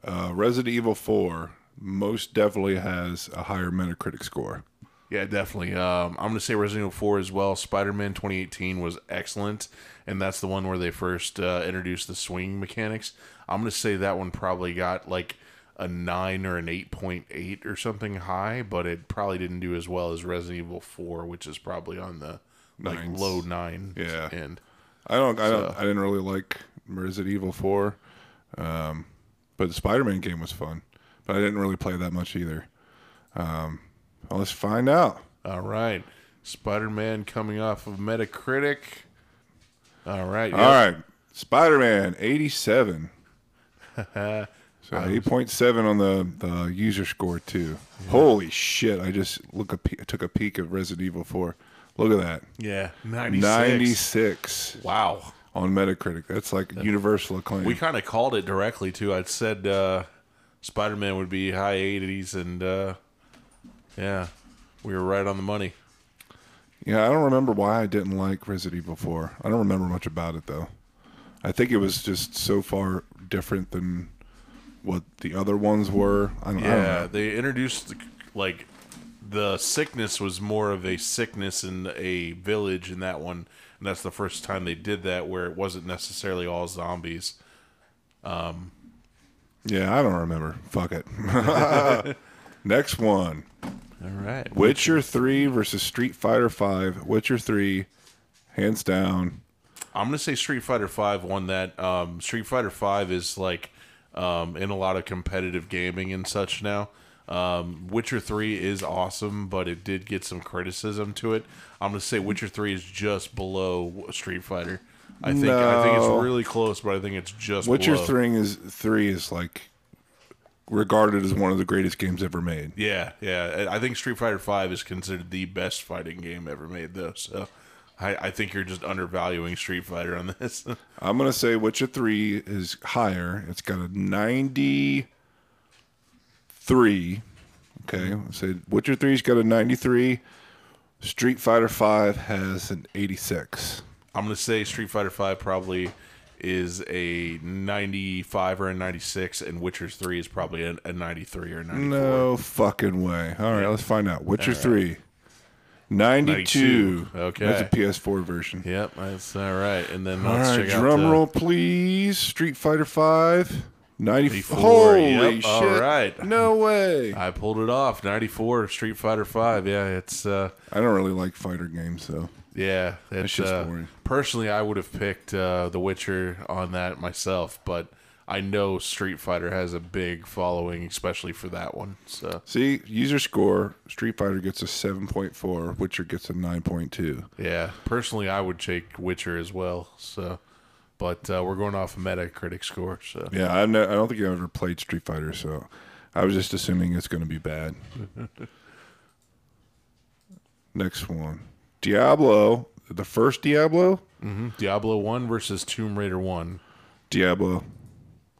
B: uh, Resident Evil 4. Most definitely has a higher Metacritic score.
A: Yeah, definitely. Um, I'm going to say Resident Evil 4 as well. Spider Man 2018 was excellent, and that's the one where they first uh, introduced the swing mechanics. I'm going to say that one probably got like a 9 or an 8.8 or something high, but it probably didn't do as well as Resident Evil 4, which is probably on the like
B: Nines.
A: low 9
B: Yeah.
A: end.
B: I don't. I don't. I didn't really like Resident Evil 4, um, but the Spider-Man game was fun. but I didn't really play that much either. Um, well, let's find out.
A: All right. Spider Man coming off of Metacritic. All right.
B: All right, Spider Man eighty seven. So eight point seven on the, the user score too. Holy shit! I just look a pe- took a peek of Resident Evil four. Look at that,
A: Yeah. 96.
B: ninety six
A: Wow.
B: on Metacritic. That's like universal acclaim.
A: We kind of called it directly, too. I'd said uh, Spider Man would be high 80s, and uh, yeah, we were right on the money.
B: yeah, I don't remember why I didn't like Resident Evil four. I don't remember much about it though. I think it was just so far different than what the other ones were. I don't, I don't know.
A: Yeah, Um, they introduced the, like the sickness was more of a sickness in a village in that one, and that's the first time they did that where it wasn't necessarily all zombies.
B: Yeah, I don't remember. Fuck it. Next one.
A: All right,
B: Witcher 3 versus Street Fighter 5. Witcher 3 hands down.
A: I'm gonna say Street Fighter Five won that. Um, Street Fighter Five is like um, in a lot of competitive gaming and such now. Um, Witcher Three is awesome, but it did get some criticism to it. I'm gonna say Witcher Three is just below Street Fighter. I think I think
B: No.
A: it's really close, but I think it's just
B: Witcher
A: below.
B: 3 is 3 is like regarded as one of the greatest games ever made.
A: Yeah, yeah. I I think Street Fighter Five is considered the best fighting game ever made, though. So, I, I think you're just undervaluing Street Fighter on this.
B: I'm going to say Witcher 3 is higher. It's got a 93. Okay.
A: Mm-hmm.
B: I'll Say Witcher 3's got a 93. Street Fighter 5 has an 86.
A: I'm gonna say Street Fighter Five probably is a 95 or a 96, and Witcher Three is probably a, a 93 or 94.
B: No fucking way. All right, let's find out. Witcher 3. 92.
A: 92. Okay.
B: That's a PS4 version.
A: Yep, that's all right. And then
B: All
A: let's
B: right,
A: check out
B: drum
A: the
B: roll, please. Street Fighter 5.
A: 94,
B: 94. Holy
A: yep,
B: shit.
A: all right.
B: No way.
A: I pulled it off. 94 Street Fighter Five. Yeah, it's uh,
B: I don't really like fighter games, though.
A: Yeah, it's,
B: shit's
A: uh,
B: boring.
A: Personally, I would have picked uh, The Witcher on that myself, but I know Street Fighter has a big following, especially for that one. So
B: See, user score Street Fighter gets a 7.4, Witcher gets a 9.2.
A: yeah, personally, I would take Witcher as well. So, but uh, we're going off Metacritic score. So
B: Yeah, I, know, I don't think I've ever played Street Fighter, so I was just assuming it's going to be bad. Next one Diablo, the first Diablo?
A: Diablo One versus Tomb Raider One.
B: Diablo.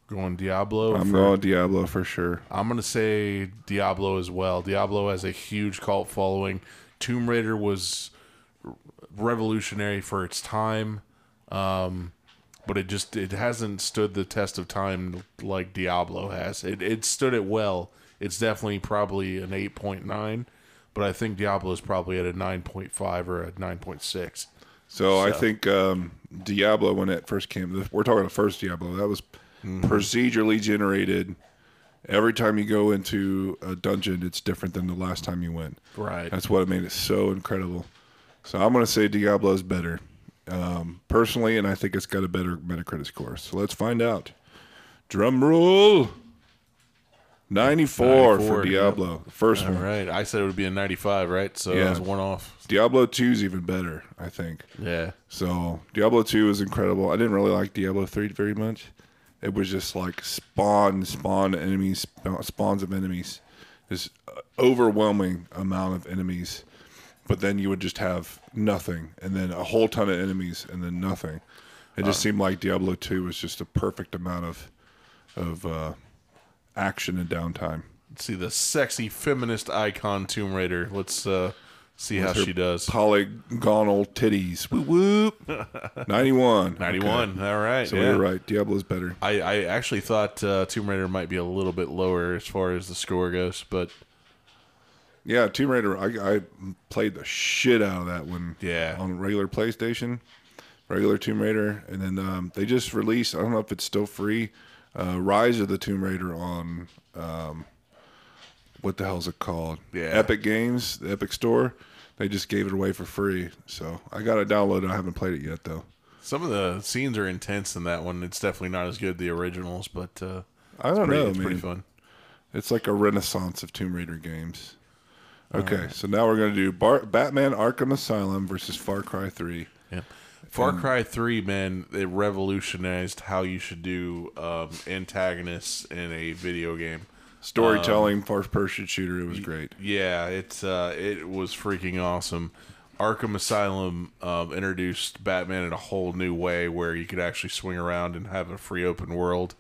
A: Going Diablo.
B: I'm
A: for-
B: going Diablo for sure.
A: I'm gonna say Diablo as well. Diablo has a huge cult following. Tomb Raider was r- revolutionary for its time, um, but it just it hasn't stood the test of time like Diablo has. It it stood it well. It's definitely probably an eight point nine, but I think Diablo is probably at a nine point five or a nine point six.
B: So, I think um, Diablo, when it first came, we're talking the first Diablo, that was
A: Mm-hmm.
B: procedurally generated. Every time you go into a dungeon, it's different than the last time you went.
A: Right.
B: That's what made it so incredible. So I'm going to say Diablo's better, um, personally, and I think it's got a better Metacritic score. So let's find out. Drum roll.
A: 94,
B: 94, for Diablo, the first
A: All
B: one.
A: right, I said it would be a ninety five, right? So
B: Yeah.
A: I was one off.
B: Diablo 2 is even better, I think.
A: Yeah.
B: So Diablo 2 is incredible. I didn't really like Diablo 3 very much. It was just like spawn, spawn enemies, spawn- spawns of enemies. This uh, overwhelming amount of enemies. But then you would just have nothing, and then a whole ton of enemies, and then nothing. It just seemed like Diablo 2 was just a perfect amount of of uh, action and downtime.
A: Let's see the sexy feminist icon Tomb Raider. Let's uh, see how she does.
B: Polygonal titties. Whoop whoop. 91.
A: 91. All right.
B: So
A: yeah.
B: you're right. Diablo's better.
A: I, I actually thought uh, Tomb Raider might be a little bit lower as far as the score goes, but
B: Yeah, Tomb Raider. I, I played the shit out of that one.
A: Yeah.
B: on regular PlayStation, regular Tomb Raider, and then um, they just released. I don't know if it's still free. Uh, Rise of the Tomb Raider on um, what the hell's it called?
A: Yeah.
B: Epic Games, the Epic Store. They just gave it away for free, so I got it downloaded. I haven't played it yet though.
A: some of the scenes are intense in that one. It's definitely not as good as the originals, but uh,
B: I don't
A: pretty,
B: know,
A: it's
B: man.
A: pretty fun.
B: It's like a renaissance of Tomb Raider games. Okay, so now we're gonna do Bar- Batman Arkham Asylum versus Far Cry Three.
A: Yeah. Far Cry Three, man, it revolutionized how you should do um, antagonists in a video game.
B: Storytelling,
A: Um,
B: first person shooter. It was great.
A: Yeah, it's uh, it was freaking awesome. Arkham Asylum um, introduced Batman in a whole new way, where you could actually swing around and have a free open world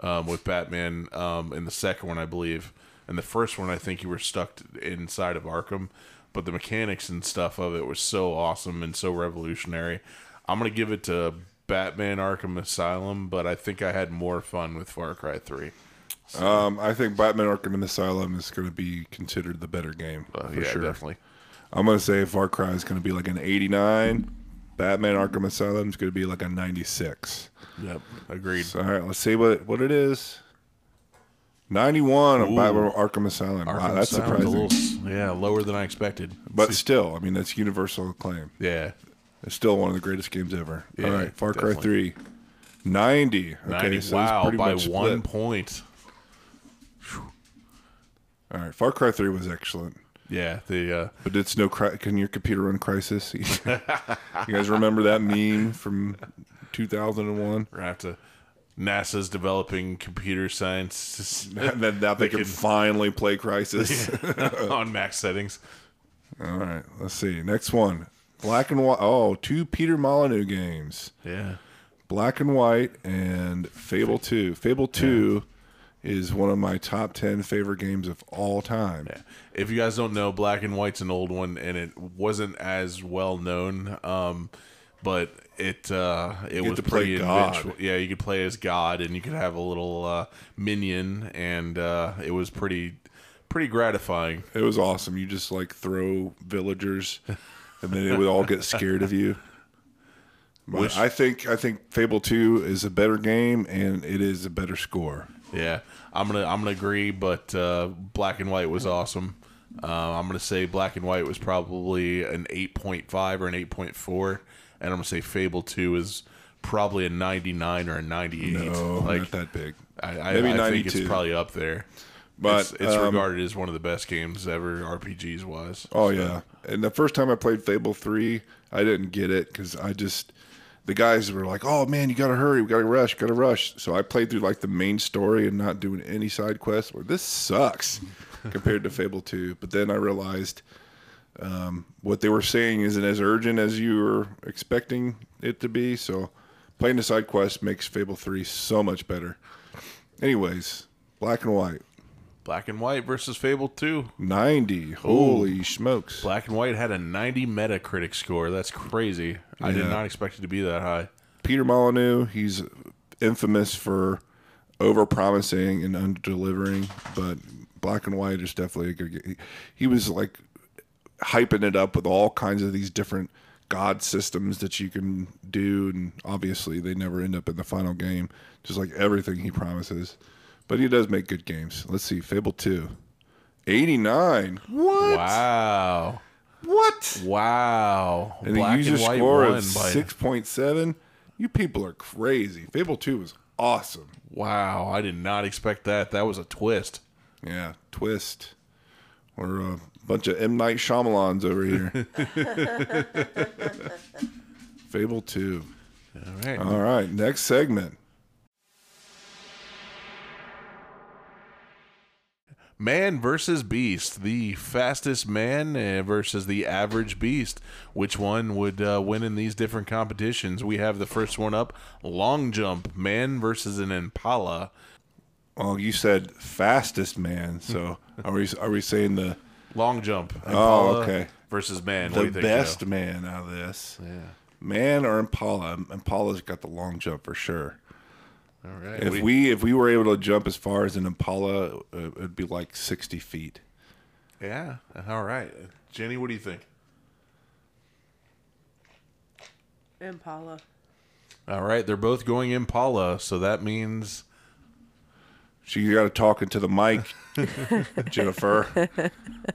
A: um, with Batman. Um, in the second one, I believe, and the first one, I think you were stuck t- inside of Arkham, but the mechanics and stuff of it was so awesome and so revolutionary. I'm gonna give it to Batman Arkham Asylum, but I think I had more fun with Far Cry Three.
B: Um, I think Batman Arkham Asylum is going to be considered the better game
A: Uh,
B: for
A: yeah,
B: sure.
A: definitely.
B: I'm going to say Far Cry is going to be like an 89. Batman Arkham Asylum is going to be like a 96.
A: Yep, agreed.
B: So, all right, let's see what what it is. 91 of Batman Arkham Asylum. wow,
A: Arkham
B: that's
A: Asylum's
B: surprising.
A: A little, yeah, lower than I expected.
B: but still, I mean, that's universal acclaim.
A: Yeah,
B: It's still one of the greatest games ever.
A: Yeah,
B: all right, Far Cry
A: definitely.
B: 3. 90. Okay,
A: 90,
B: so it's
A: wow,
B: pretty
A: by
B: much split.
A: one point.
B: All right, Far Cry 3 was excellent.
A: Yeah, the uh,
B: But it's no cri- can your computer run Crisis? you guys remember that meme from 2001?
A: we're gonna have to. NASA's developing computer science
B: And then now they, can, finally play Crisis.
A: on max settings.
B: All right, let's see. Next one. Black and White. Oh, two Peter Molyneux games.
A: Yeah,
B: Black and White and Fable 2. Fable 2 is one of my top 10 favorite games of all time.
A: yeah. If you guys don't know, Black and White's an old one, and it wasn't as well known. Um, but it uh, it was
B: to play
A: pretty
B: God.
A: adventurous. Yeah, you could play as God, and you could have a little uh, minion, and uh, it was pretty pretty gratifying.
B: It was awesome. You just like throw villagers, and then they would all get scared of you. But I think I think Fable Two is a better game, and it is a better score.
A: Yeah, I'm gonna I'm gonna agree, but uh, black and white was awesome. Uh, I'm gonna say black and white was probably an 8.5 or an 8.4, and I'm gonna say Fable 2 is probably a 99 or a 98.
B: No,
A: like
B: not that big.
A: I, I,
B: Maybe
A: I think it's
B: 92.
A: probably up there.
B: But,
A: it's, it's
B: um,
A: regarded as one of the best games ever, RPGs wise.
B: Oh yeah, and the first time I played Fable Three, I didn't get it because I just the guys were like, "Oh man, you gotta hurry, we gotta rush, gotta rush." So I played through like the main story and not doing any side quests. Where this sucks compared to Fable Two, but then I realized um, what they were saying isn't as urgent as you were expecting it to be. So playing the side quest makes Fable Three so much better. Anyways, black and white.
A: Black and white versus Fable 2.
B: 90. Holy smokes.
A: Black and white had a 90 Metacritic score. That's crazy. I did
B: Yeah.
A: not expect it to be that high.
B: Peter Molyneux, he's infamous for overpromising and underdelivering, but Black and White is definitely a good game. He was like hyping it up with all kinds of these different god systems that you can do, and obviously they never end up in the final game, just like everything he promises. But he does make good games. Let's see, Fable 2. 89. What?
A: Wow.
B: What?
A: Wow.
B: and the user score of six point seven. You people are crazy. Fable two was awesome.
A: Wow, I did not expect that. That was a twist.
B: Yeah, twist. We're a bunch of M Night Shyamalans over here. Fable two.
A: All right.
B: All right, next segment.
A: man versus beast. The fastest man uh, versus the average beast. Which one would uh, win in these different competitions? We have the first one up long jump. Man versus an impala.
B: Well, you said fastest man. So are we? Are we saying the
A: Long jump.
B: Oh,
A: Impala
B: okay.
A: Versus man. what do
B: the
A: you think,
B: best
A: Joe?
B: man out of this? Yeah. Man or Impala? Impala's got the long jump for sure.
A: All right.
B: If
A: What do you-
B: we if we were able to jump as far as an Impala, uh, it'd be like sixty feet.
A: yeah. All right. Jenny, what do you think?
C: Impala.
A: All right, they're both going Impala, so that means
B: She got to talking to the mic, Jennifer.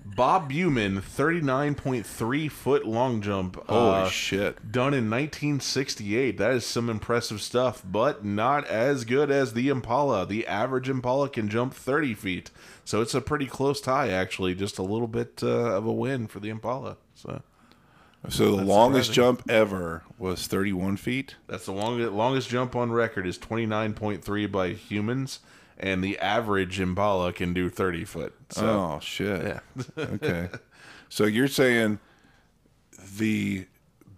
A: Bob Buman, 39.3 foot long jump.
B: Holy
A: uh,
B: Ah, shit!
A: Done in 1968. That is some impressive stuff, but not as good as the Impala. The average Impala can jump 30 feet. So it's a pretty close tie, actually. Just a little bit uh, of a win for the Impala. So
B: So the longest jump ever was 31 feet.
A: that's the longest, longest jump on record is 29.3 by humans, and the average Impala can do 30 foot. So
B: oh shit! okay. So you're saying the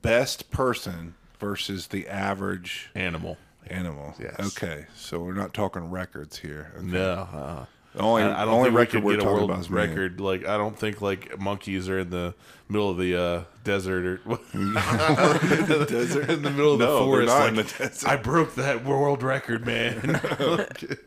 B: best person versus the average
A: animal.
B: animal.
A: Yes.
B: Okay. So we're not talking records here. Okay.
A: No. uh,
B: The only
A: I, I
B: the
A: don't
B: only
A: think
B: record
A: we
B: we
A: could get a
B: are talking
A: world
B: about is man.
A: record. Like I don't think like monkeys are in the middle of the uh, desert or desert in the middle of
B: No,
A: the forest.
B: they're not
A: like,
B: in the desert.
A: I broke that world record, man.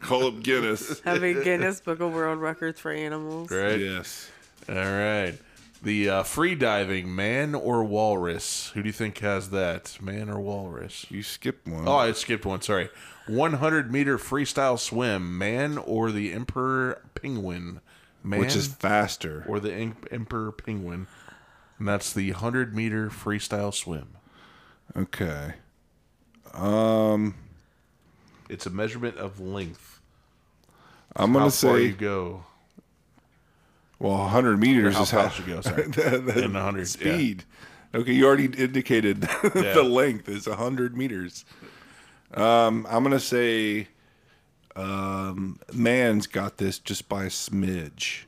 B: Call up Oh, Guinness.
C: Having Guinness Book of World Records for animals.
A: right.
B: yes.
A: All right. The uh, free diving man or walrus? Who do you think has that, man or walrus?
B: You skipped one.
A: Oh, I skipped one. Sorry. 100 meter freestyle swim, man or the emperor penguin? Man
B: which is faster.
A: or the em- Emperor Penguin, and that's the 100 meter freestyle swim.
B: Okay.
A: It's a measurement of length.
B: I'm
A: How
B: gonna
A: far you
B: say
A: go?
B: well, 100 meters
A: How
B: is how
A: fast you go? Sorry,
B: the, the
A: And 100, yeah.
B: speed. Okay, you already indicated the length is 100 meters. Um, I'm gonna say um, man's got this just by a smidge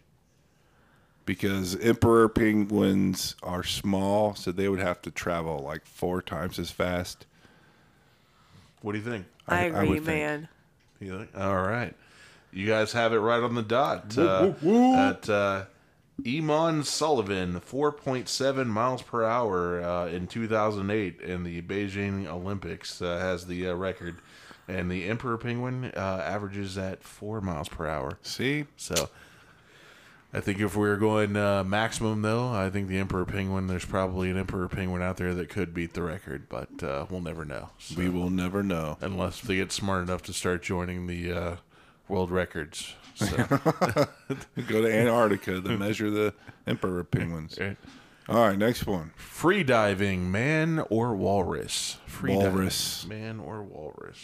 B: because emperor penguins are small, so they would have to travel like four times as fast.
A: what do you think?
C: I,
B: I
C: agree,
B: would think.
C: man.
A: You think? All right, you guys have it right on the dot. Uh, At uh, Iman Sullivan, 4.7 miles per hour uh, in 2008 in the Beijing Olympics uh, has the uh, record, and the Emperor Penguin uh, averages at four miles per hour.
B: See,
A: So I think if we were going uh, maximum, though, I think the Emperor Penguin, there's probably an Emperor Penguin out there that could beat the record, but uh, we'll never know. So-
B: we will never know.
A: unless they get smart enough to start joining the uh, world records. So,
B: Go to Antarctica to measure the emperor penguins.
A: right.
B: All right, next one.
A: eh, Free diving, man or walrus? Free
B: Walrus.
A: Diving, man or walrus?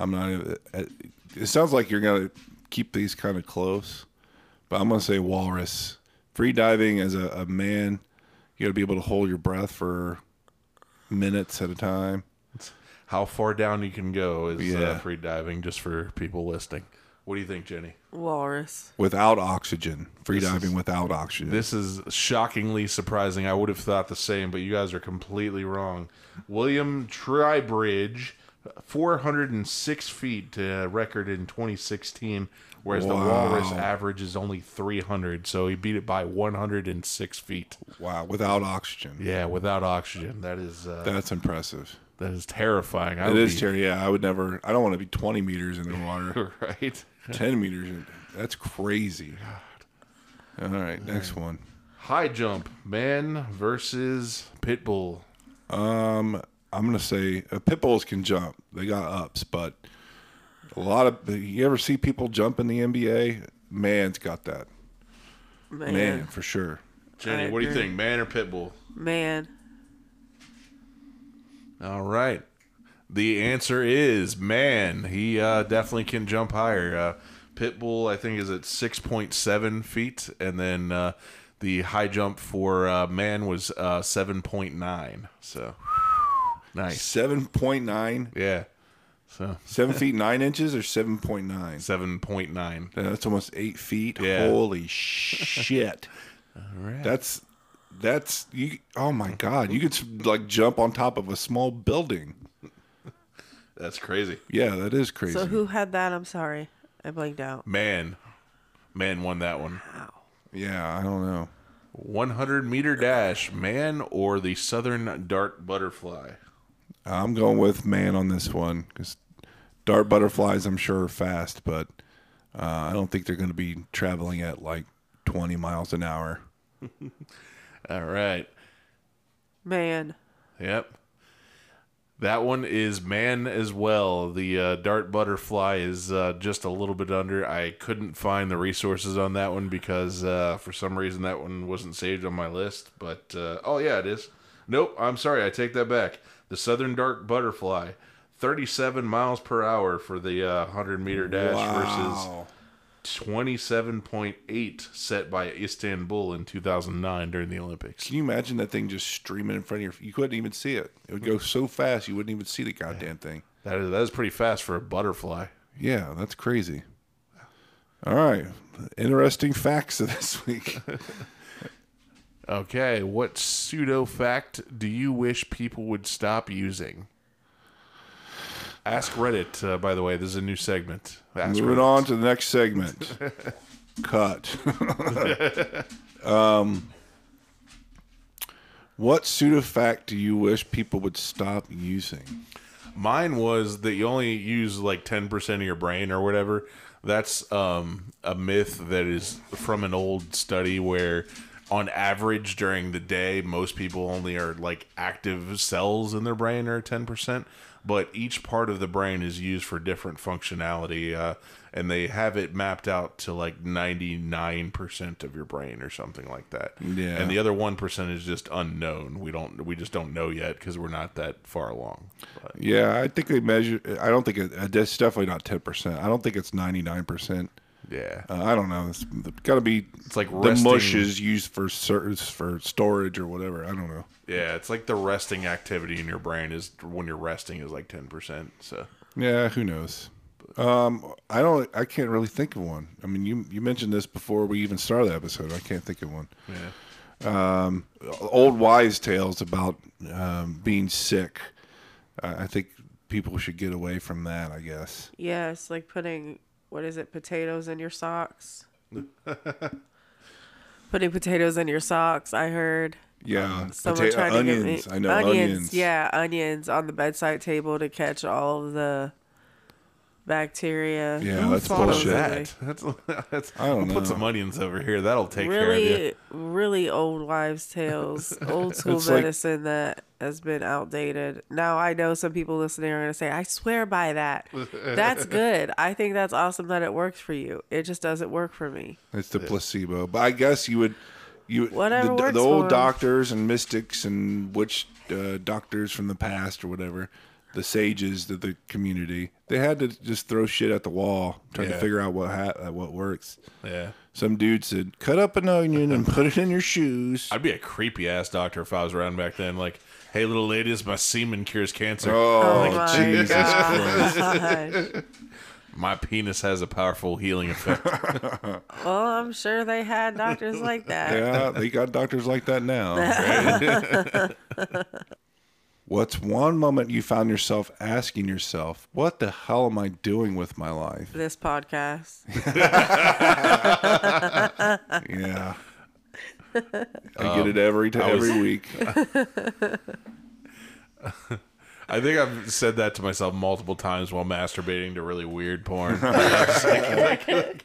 B: I'm not. even- uh, It sounds like you're gonna keep these kind of close, but I'm gonna say walrus. Free diving as a, a man, you gotta be able to hold your breath for minutes at a time.
A: How far down you can go is uh,
B: Yeah.
A: free diving, just for people listening. What do you think, Jenny?
C: Walrus.
B: Without oxygen, free diving without oxygen.
A: This is shockingly surprising. I would have thought the same, but you guys are completely wrong. William Trybridge, 406 feet uh, record in 2016, whereas the Walrus
B: Wow.
A: average is only 300, so he beat it by 106 feet.
B: wow, without oxygen.
A: Yeah, without oxygen, that is uh,
B: That's impressive.
A: that is terrifying. I
B: It
A: would
B: is
A: be-
B: Terry. Yeah, I would never. I don't want to be 20 meters in the water.
A: right.
B: 10 meters. In, that's crazy. All right, next one.
A: High jump, man versus pit bull.
B: Um, I'm gonna say uh, pit bulls can jump. They got ups, but a lot of you ever see people jump in the NBA? Man's got that.
C: Man.
B: Man,
C: Man.
B: for sure.
A: Jenny,
C: I
A: what do you
C: agree.
A: think, man or pit bull? All right. The answer is man. He uh, definitely can jump higher. Uh, Pitbull, I think, is at 6.7 feet. And then uh, the high jump for uh, man was uh, 7.9. So nice.
B: Seven point nine.
A: Yeah. So
B: Seven feet nine inches or seven point nine.
A: 7.9.
B: That's almost eight feet.
A: Yeah.
B: Holy shit!
A: right.
B: That's that's you. Oh my god! You could s- like jump on top of a small building.
A: That's crazy.
B: Yeah, that is crazy.
C: So who had that? I'm sorry. I blanked out.
A: Man. Man won that one.
B: yeah, I don't know.
A: 100 meter dash, man or the southern dart butterfly?
B: I'm going with man on this one because dart butterflies, I'm sure, are fast, but uh, I don't think they're going to be traveling at like 20 miles an hour.
A: All right.
C: Man.
A: Yep. That one is man as well. The uh, dart butterfly is uh, just a little bit under. I couldn't find the resources on that one because uh, for some reason that one wasn't saved on my list. But uh, oh yeah, it is. Nope, I'm sorry, I take that back. The southern dart butterfly, 37 miles per hour for the uh, 100 meter dash versus
B: Wow.
A: 27.8 set by Istanbul in 2009 during the Olympics.
B: Can you imagine that thing just streaming in front of your? You couldn't even see it. It would go so fast you wouldn't even see the goddamn thing.
A: That is that is pretty fast for a butterfly.
B: Yeah, that's crazy. All right, interesting facts of this week.
A: Okay, what pseudo fact do you wish people would stop using? Ask Reddit, uh, by the way. This is a new segment. Ask
B: Moving
A: Reddit.
B: on to the next segment. Cut. um, what pseudo fact do you wish people would stop using?
A: Mine was that you only use like 10% of your brain or whatever. That's um, a myth that is from an old study where, on average, during the day, most people only are like active cells in their brain are 10%, but each part of the brain is used for different functionality. Uh, and they have it mapped out to like 99% of your brain or something like that.
B: Yeah.
A: And the other 1% is just unknown. We don't, we just don't know yet because we're not that far along. But-
B: Yeah, I think they measure. I don't think it, it's definitely not ten percent. I don't think it's ninety nine percent.
A: Yeah.
B: Uh, I don't know. It's got to be. It's
A: like
B: the mush
A: resting-
B: is used for cer- for storage or whatever. I don't know.
A: Yeah, it's like the resting activity in your brain is when you're resting is like 10%. So,
B: Yeah, who knows? Um, I don't. I can't really think of one. I mean, you you mentioned this before we even started the episode. I can't think of one. Um,
A: yeah.
B: Old wives' tales about um, being sick. I I think people should get away from that. I guess.
C: Yes, like putting what is it, potatoes in your socks? putting potatoes in your socks, I heard.
B: Yeah,
C: Someone
B: pota-
C: tried to
B: onions.
C: get me
B: I know
C: onions,
B: onions.
C: Yeah, onions on the bedside table to catch all of the bacteria.
B: Yeah, that's
A: Thought of
B: bullshit.
A: that. That's, that's,
B: Oh, I don't
A: we'll put
B: know.
A: some onions over here. That'll take care of you.
C: Really, really old wives' tales, old school
B: It's like-
C: medicine that has been outdated. Now I know some people listening are gonna say, "I swear by that." That's good. I think that's awesome that it works for you. It just doesn't work for me.
B: It's the placebo. But I guess you would, you
C: Whatever
B: the,
C: works
B: the old
C: for 'em.
B: doctors and mystics and witch uh, doctors from the past or whatever, the sages of the community, they had to just throw shit at the wall trying to
A: Yeah.
B: figure out what ha- uh, what works.
A: Yeah.
B: Some dude said, "Cut up an onion and put it in your shoes."
A: I'd be a creepy ass doctor if I was around back then. Like, hey, little ladies, my semen cures cancer.
C: Oh,
B: Oh,
C: my
B: Jesus
C: gosh.
A: My penis has a powerful healing effect.
C: well, I'm sure they had doctors like that.
B: Yeah, they got doctors like that now. What's one moment you found yourself asking yourself, "What the hell am I doing with my life?"
C: This podcast.
B: Yeah. I get it every time,
A: Um, I was-
B: every week.
A: I think I've said that to myself multiple times while masturbating to really weird porn. I was like, like-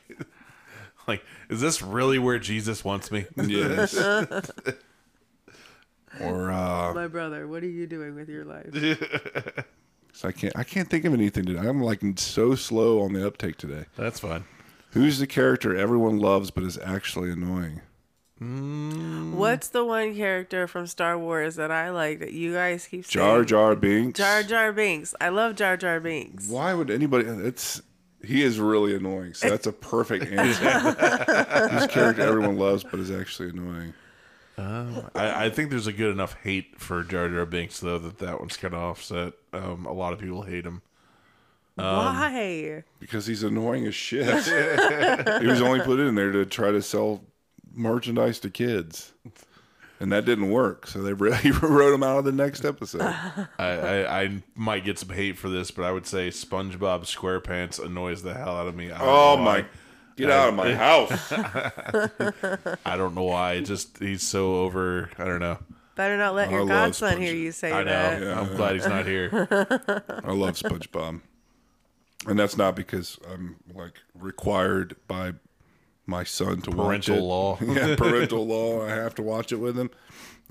A: like, is this really where Jesus wants me?
B: yes. or uh,
C: My brother, what are you doing with your life?
B: so I can't. I can't think of anything today. I'm like so slow on the uptake today.
A: That's fine.
B: Who's the character everyone loves but is actually annoying? Mm.
C: What's the one character from Star Wars that I like that you guys keep saying?
B: Jar Jar Binks.
C: Jar Jar Binks. I love Jar Jar Binks.
B: Why would anybody? It's he is really annoying. So that's a perfect answer. Whose character everyone loves but is actually annoying?
A: I, I think there's a good enough hate for Jar Jar Binks though that that one's kind of offset. Um, a lot of people hate him.
B: Um,
C: Why?
B: Because he's annoying as shit. he was only put in there to try to sell merchandise to kids. And that didn't work. So they re- he wrote him out of the next episode.
A: I, I, I might get some hate for this, but I would say SpongeBob SquarePants annoys the hell out of me. I don't
B: oh
A: know
B: my.
A: why.
B: Get out of my house.
A: I don't know why. It Just he's so over. I don't know.
C: Better not let
B: I
C: your
B: love
C: godson
B: Sponge-
C: hear you say
A: I know.
C: that.
A: I'm glad he's not here.
B: I love SpongeBob. And that's not because I'm like required by my son to watch
A: Parental
B: it.
A: law.
B: yeah, parental law. I have to watch it with him.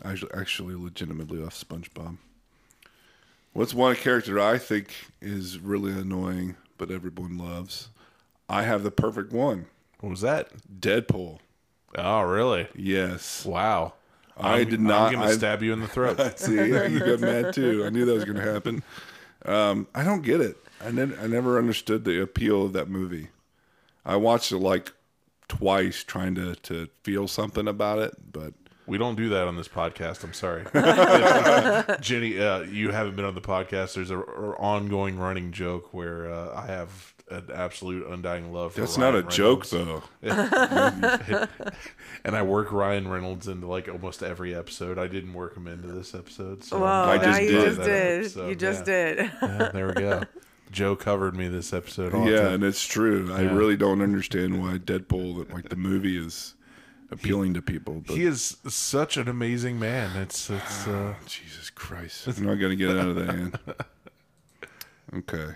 B: I actually- actually legitimately love SpongeBob. What's one character I think is really annoying, but everyone loves? I have the perfect one
A: What was that?
B: Deadpool.
A: Oh, really?
B: Yes.
A: Wow.
B: I
A: I'm-
B: did not-
A: I'm gonna
B: I-
A: stab you in the throat.
B: See, yeah, you got mad too. I knew that was going to happen. Um, I don't get it. I, ne- I never understood the appeal of that movie. I watched it like twice trying to, to feel something about it, but
A: We don't do that on this podcast. I'm sorry, Jenny. Uh, you haven't been on the podcast. There's a, a ongoing running joke where uh, I have an absolute undying love. For
B: that's
A: Ryan
B: not a
A: Reynolds.
B: joke, though.
A: And I work Ryan Reynolds into like almost every episode. I didn't work him into this episode. So
C: Well,
B: I
C: now
B: just
C: you
B: did.
C: just did. you just did.
A: did. there we go. Joe covered me this episode. I'll have
B: yeah,
A: to-
B: and it's true. I really don't understand why Deadpool, like the movie, is appealing to people. But
A: he is such an amazing man. It's it's. Uh,
B: Jesus Christ, I'm not gonna get out of that. Hand. Okay,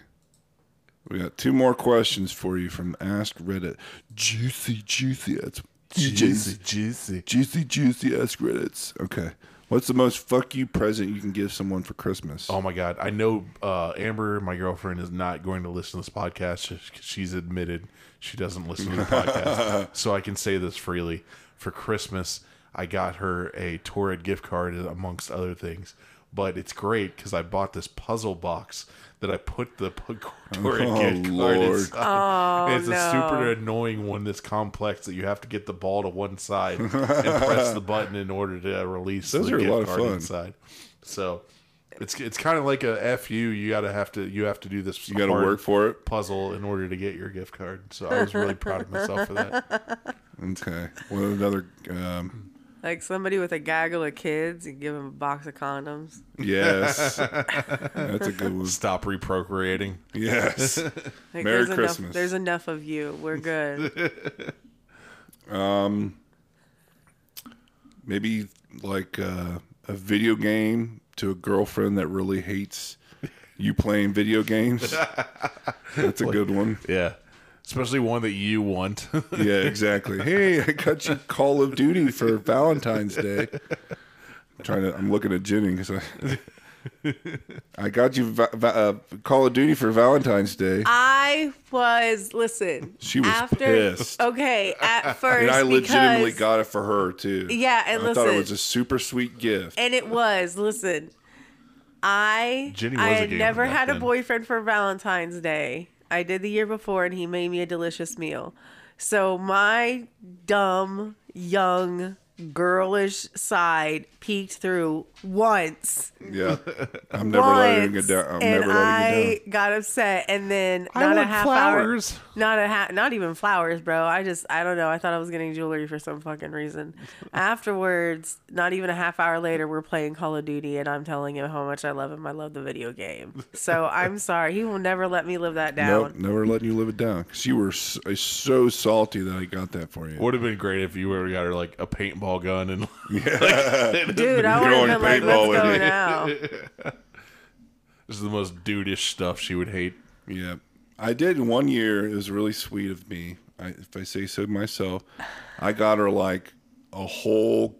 B: we got two more questions for you from Ask Reddit. Juicy, juicy. That's juicy,
A: juicy.
B: juicy, juicy. Ask Reddits. Okay, what's the most fuck you present you can give someone for Christmas?
A: Oh my God! I know uh, Amber, my girlfriend, is not going to listen to this podcast. She, she's admitted she doesn't listen to the podcast, so I can say this freely. For Christmas, I got her a Torrid gift card, amongst other things. But it's great because I bought this puzzle box that I put the p- Torrid
B: Oh,
A: gift
B: Lord.
A: card inside. it's a
C: no.
A: super annoying one that's complex that you have to get the ball to one side and press the button in order to uh, release
B: Those
A: the
B: are a
A: gift
B: lot of
A: card
B: fun.
A: inside. So it's it's kind of like a f you. You gotta have to you have to do this.
B: you got to
A: hard
B: work for it.
A: puzzle in order to get your gift card. So I was really proud of myself for that.
B: Okay. Well, another. Um,
C: Like somebody with a gaggle of kids, you give them a box of condoms.
B: yes, that's a good one.
A: Stop reprocreating.
B: Yes.
C: Like,
B: Merry
C: there's
B: Christmas.
C: Enough, there's enough of you. We're good.
B: maybe like uh, a video game to a girlfriend that really hates you playing video games. That's a good one.
A: Yeah, especially one that you want.
B: Yeah, exactly. Hey, I got you Call of Duty for Valentine's Day. I'm trying to. I'm looking at Jenny because I. I got you va- va- uh, Call of Duty for Valentine's Day.
C: I was listen.
B: She was
C: after,
B: pissed.
C: Okay, at first
B: and I legitimately
C: because-
B: got it for her too.
C: Yeah, and
B: I thought it
C: listen-
B: was a super sweet gift.
C: and it was. Listen, I
A: Jenny was
C: I
A: a
C: had
A: gamer
C: never
A: back
C: had a
A: then.
C: boyfriend for Valentine's Day. I did the year before, and he made me a delicious meal. So my dumb young girlish side peeked through once.
B: Yeah, I'm never letting it
C: once,
B: get down. I'm
C: and
B: never letting it
C: I
B: down.
C: got upset, and then
A: I
C: not a
A: want
C: half
A: flowers.
C: hour, not a ha- not even flowers, bro. I just I don't know. I thought I was getting jewelry for some fucking reason. Afterwards, not even a half hour later, we're playing Call of Duty, and I'm telling him how much I love him. I love the video game. So I'm sorry, he will never let me live that
B: Nope,
C: down.
B: never letting you live it down because you were so, so salty that I got that for you.
A: Would have been great if you ever got her like a paintball gun and
C: Dude, I would
B: Throwing
C: have been like,
B: paintball
C: let's
B: with
C: go
B: me."
C: now.
A: this is the most dudeish stuff she would hate.
B: Yeah, I did one year. It was really sweet of me, I, if I say so myself. I got her like a whole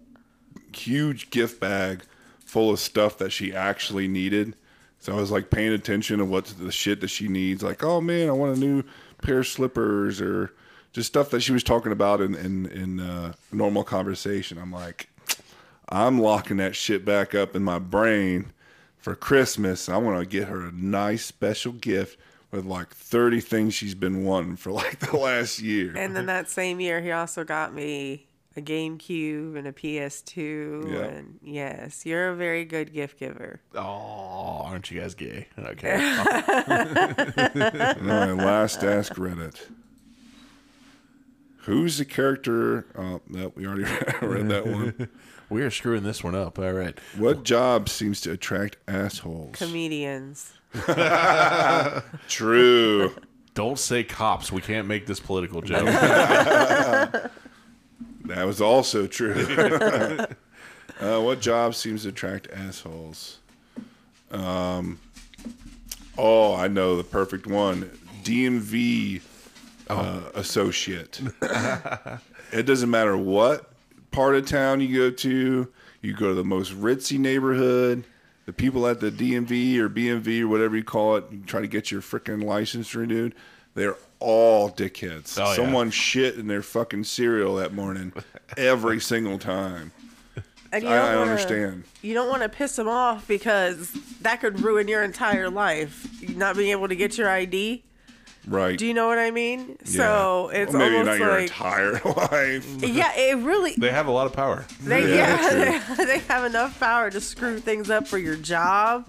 B: huge gift bag full of stuff that she actually needed. So I was like paying attention to what's the shit that she needs. Like, oh man, I want a new pair of slippers or just stuff that she was talking about in in, in uh, normal conversation. I'm like, I'm locking that shit back up in my brain for Christmas. I want to get her a nice special gift with like 30 things she's been wanting for like the last year.
C: And then that same year, he also got me a GameCube and a PS2.
B: Yeah.
C: And yes, you're a very good gift giver.
A: Oh, aren't you guys gay? Okay.
B: All right, last ask Reddit. Who's the character? Oh, no, we already read that one.
A: we are screwing this one up. All right.
B: What job seems to attract assholes?
C: Comedians.
B: True.
A: Don't say cops. We can't make this political joke.
B: That was also true. uh, what job seems to attract assholes? Um, oh, I know the perfect one. DMV
A: Oh.
B: uh, associate. it doesn't matter what part of town you go to. You go to the most ritzy neighborhood. the people at the DMV or BMV or whatever you call it, you try to get your freaking license renewed, they're all dickheads.
A: Oh, yeah.
B: Someone shit in their fucking cereal that morning every single time.
C: And you
B: I-
C: don't
B: I
C: wanna-
B: understand.
C: You don't want to piss them off because that could ruin your entire life. Not being able to get your ID.
B: Right.
C: Do you know what I mean? So
B: Yeah.
C: it's
B: Well, maybe
C: almost
B: not your
C: like
B: entire life.
C: yeah, it really
A: They have a lot of power.
C: They,
B: Yeah,
C: yeah, they, they have enough power to screw things up for your job.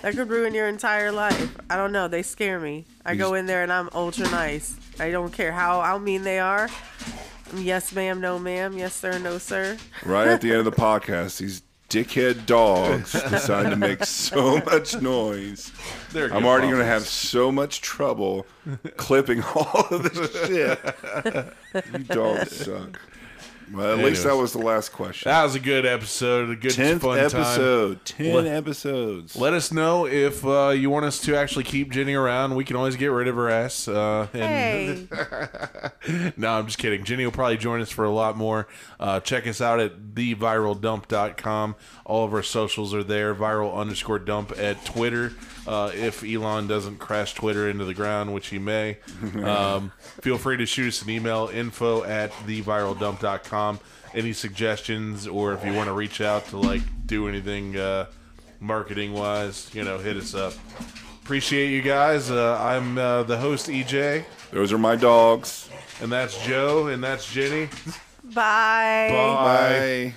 C: That could ruin your entire life. I don't know. They scare me. I go in there and I'm ultra nice. I don't care how how mean they are. I'm Yes, ma'am. No, ma'am. Yes, sir. No, sir.
B: Right at the end of the podcast, these dickhead dogs decide to make so much noise.
A: They're
B: I'm
A: good
B: already going to
A: bosses.
B: have so much trouble clipping all of this shit. you dogs suck. Well, at least that was the last question.
A: That was a good episode. A good
B: Tenth
A: fun time.
B: episode. Ten
A: Let-
B: episodes.
A: Let us know if uh, you want us to actually keep Jenny around. We can always get rid of her ass. Uh, and
C: Hey,
A: No, I'm just kidding. Jenny will probably join us for a lot more. Uh, check us out at theviraldump.com. All of our socials are there. Viral underscore dump at Twitter. Uh, if Elon doesn't crash Twitter into the ground, which he may, um, feel free to shoot us an email info at theviraldump.com. Any suggestions, or if you want to reach out to like do anything uh, marketing wise, you know, hit us up. Appreciate you guys. Uh, I'm uh, the host, EJ.
B: Those are my dogs.
A: And that's Joe, and that's Jenny.
C: bye.
A: Bye.
B: Bye.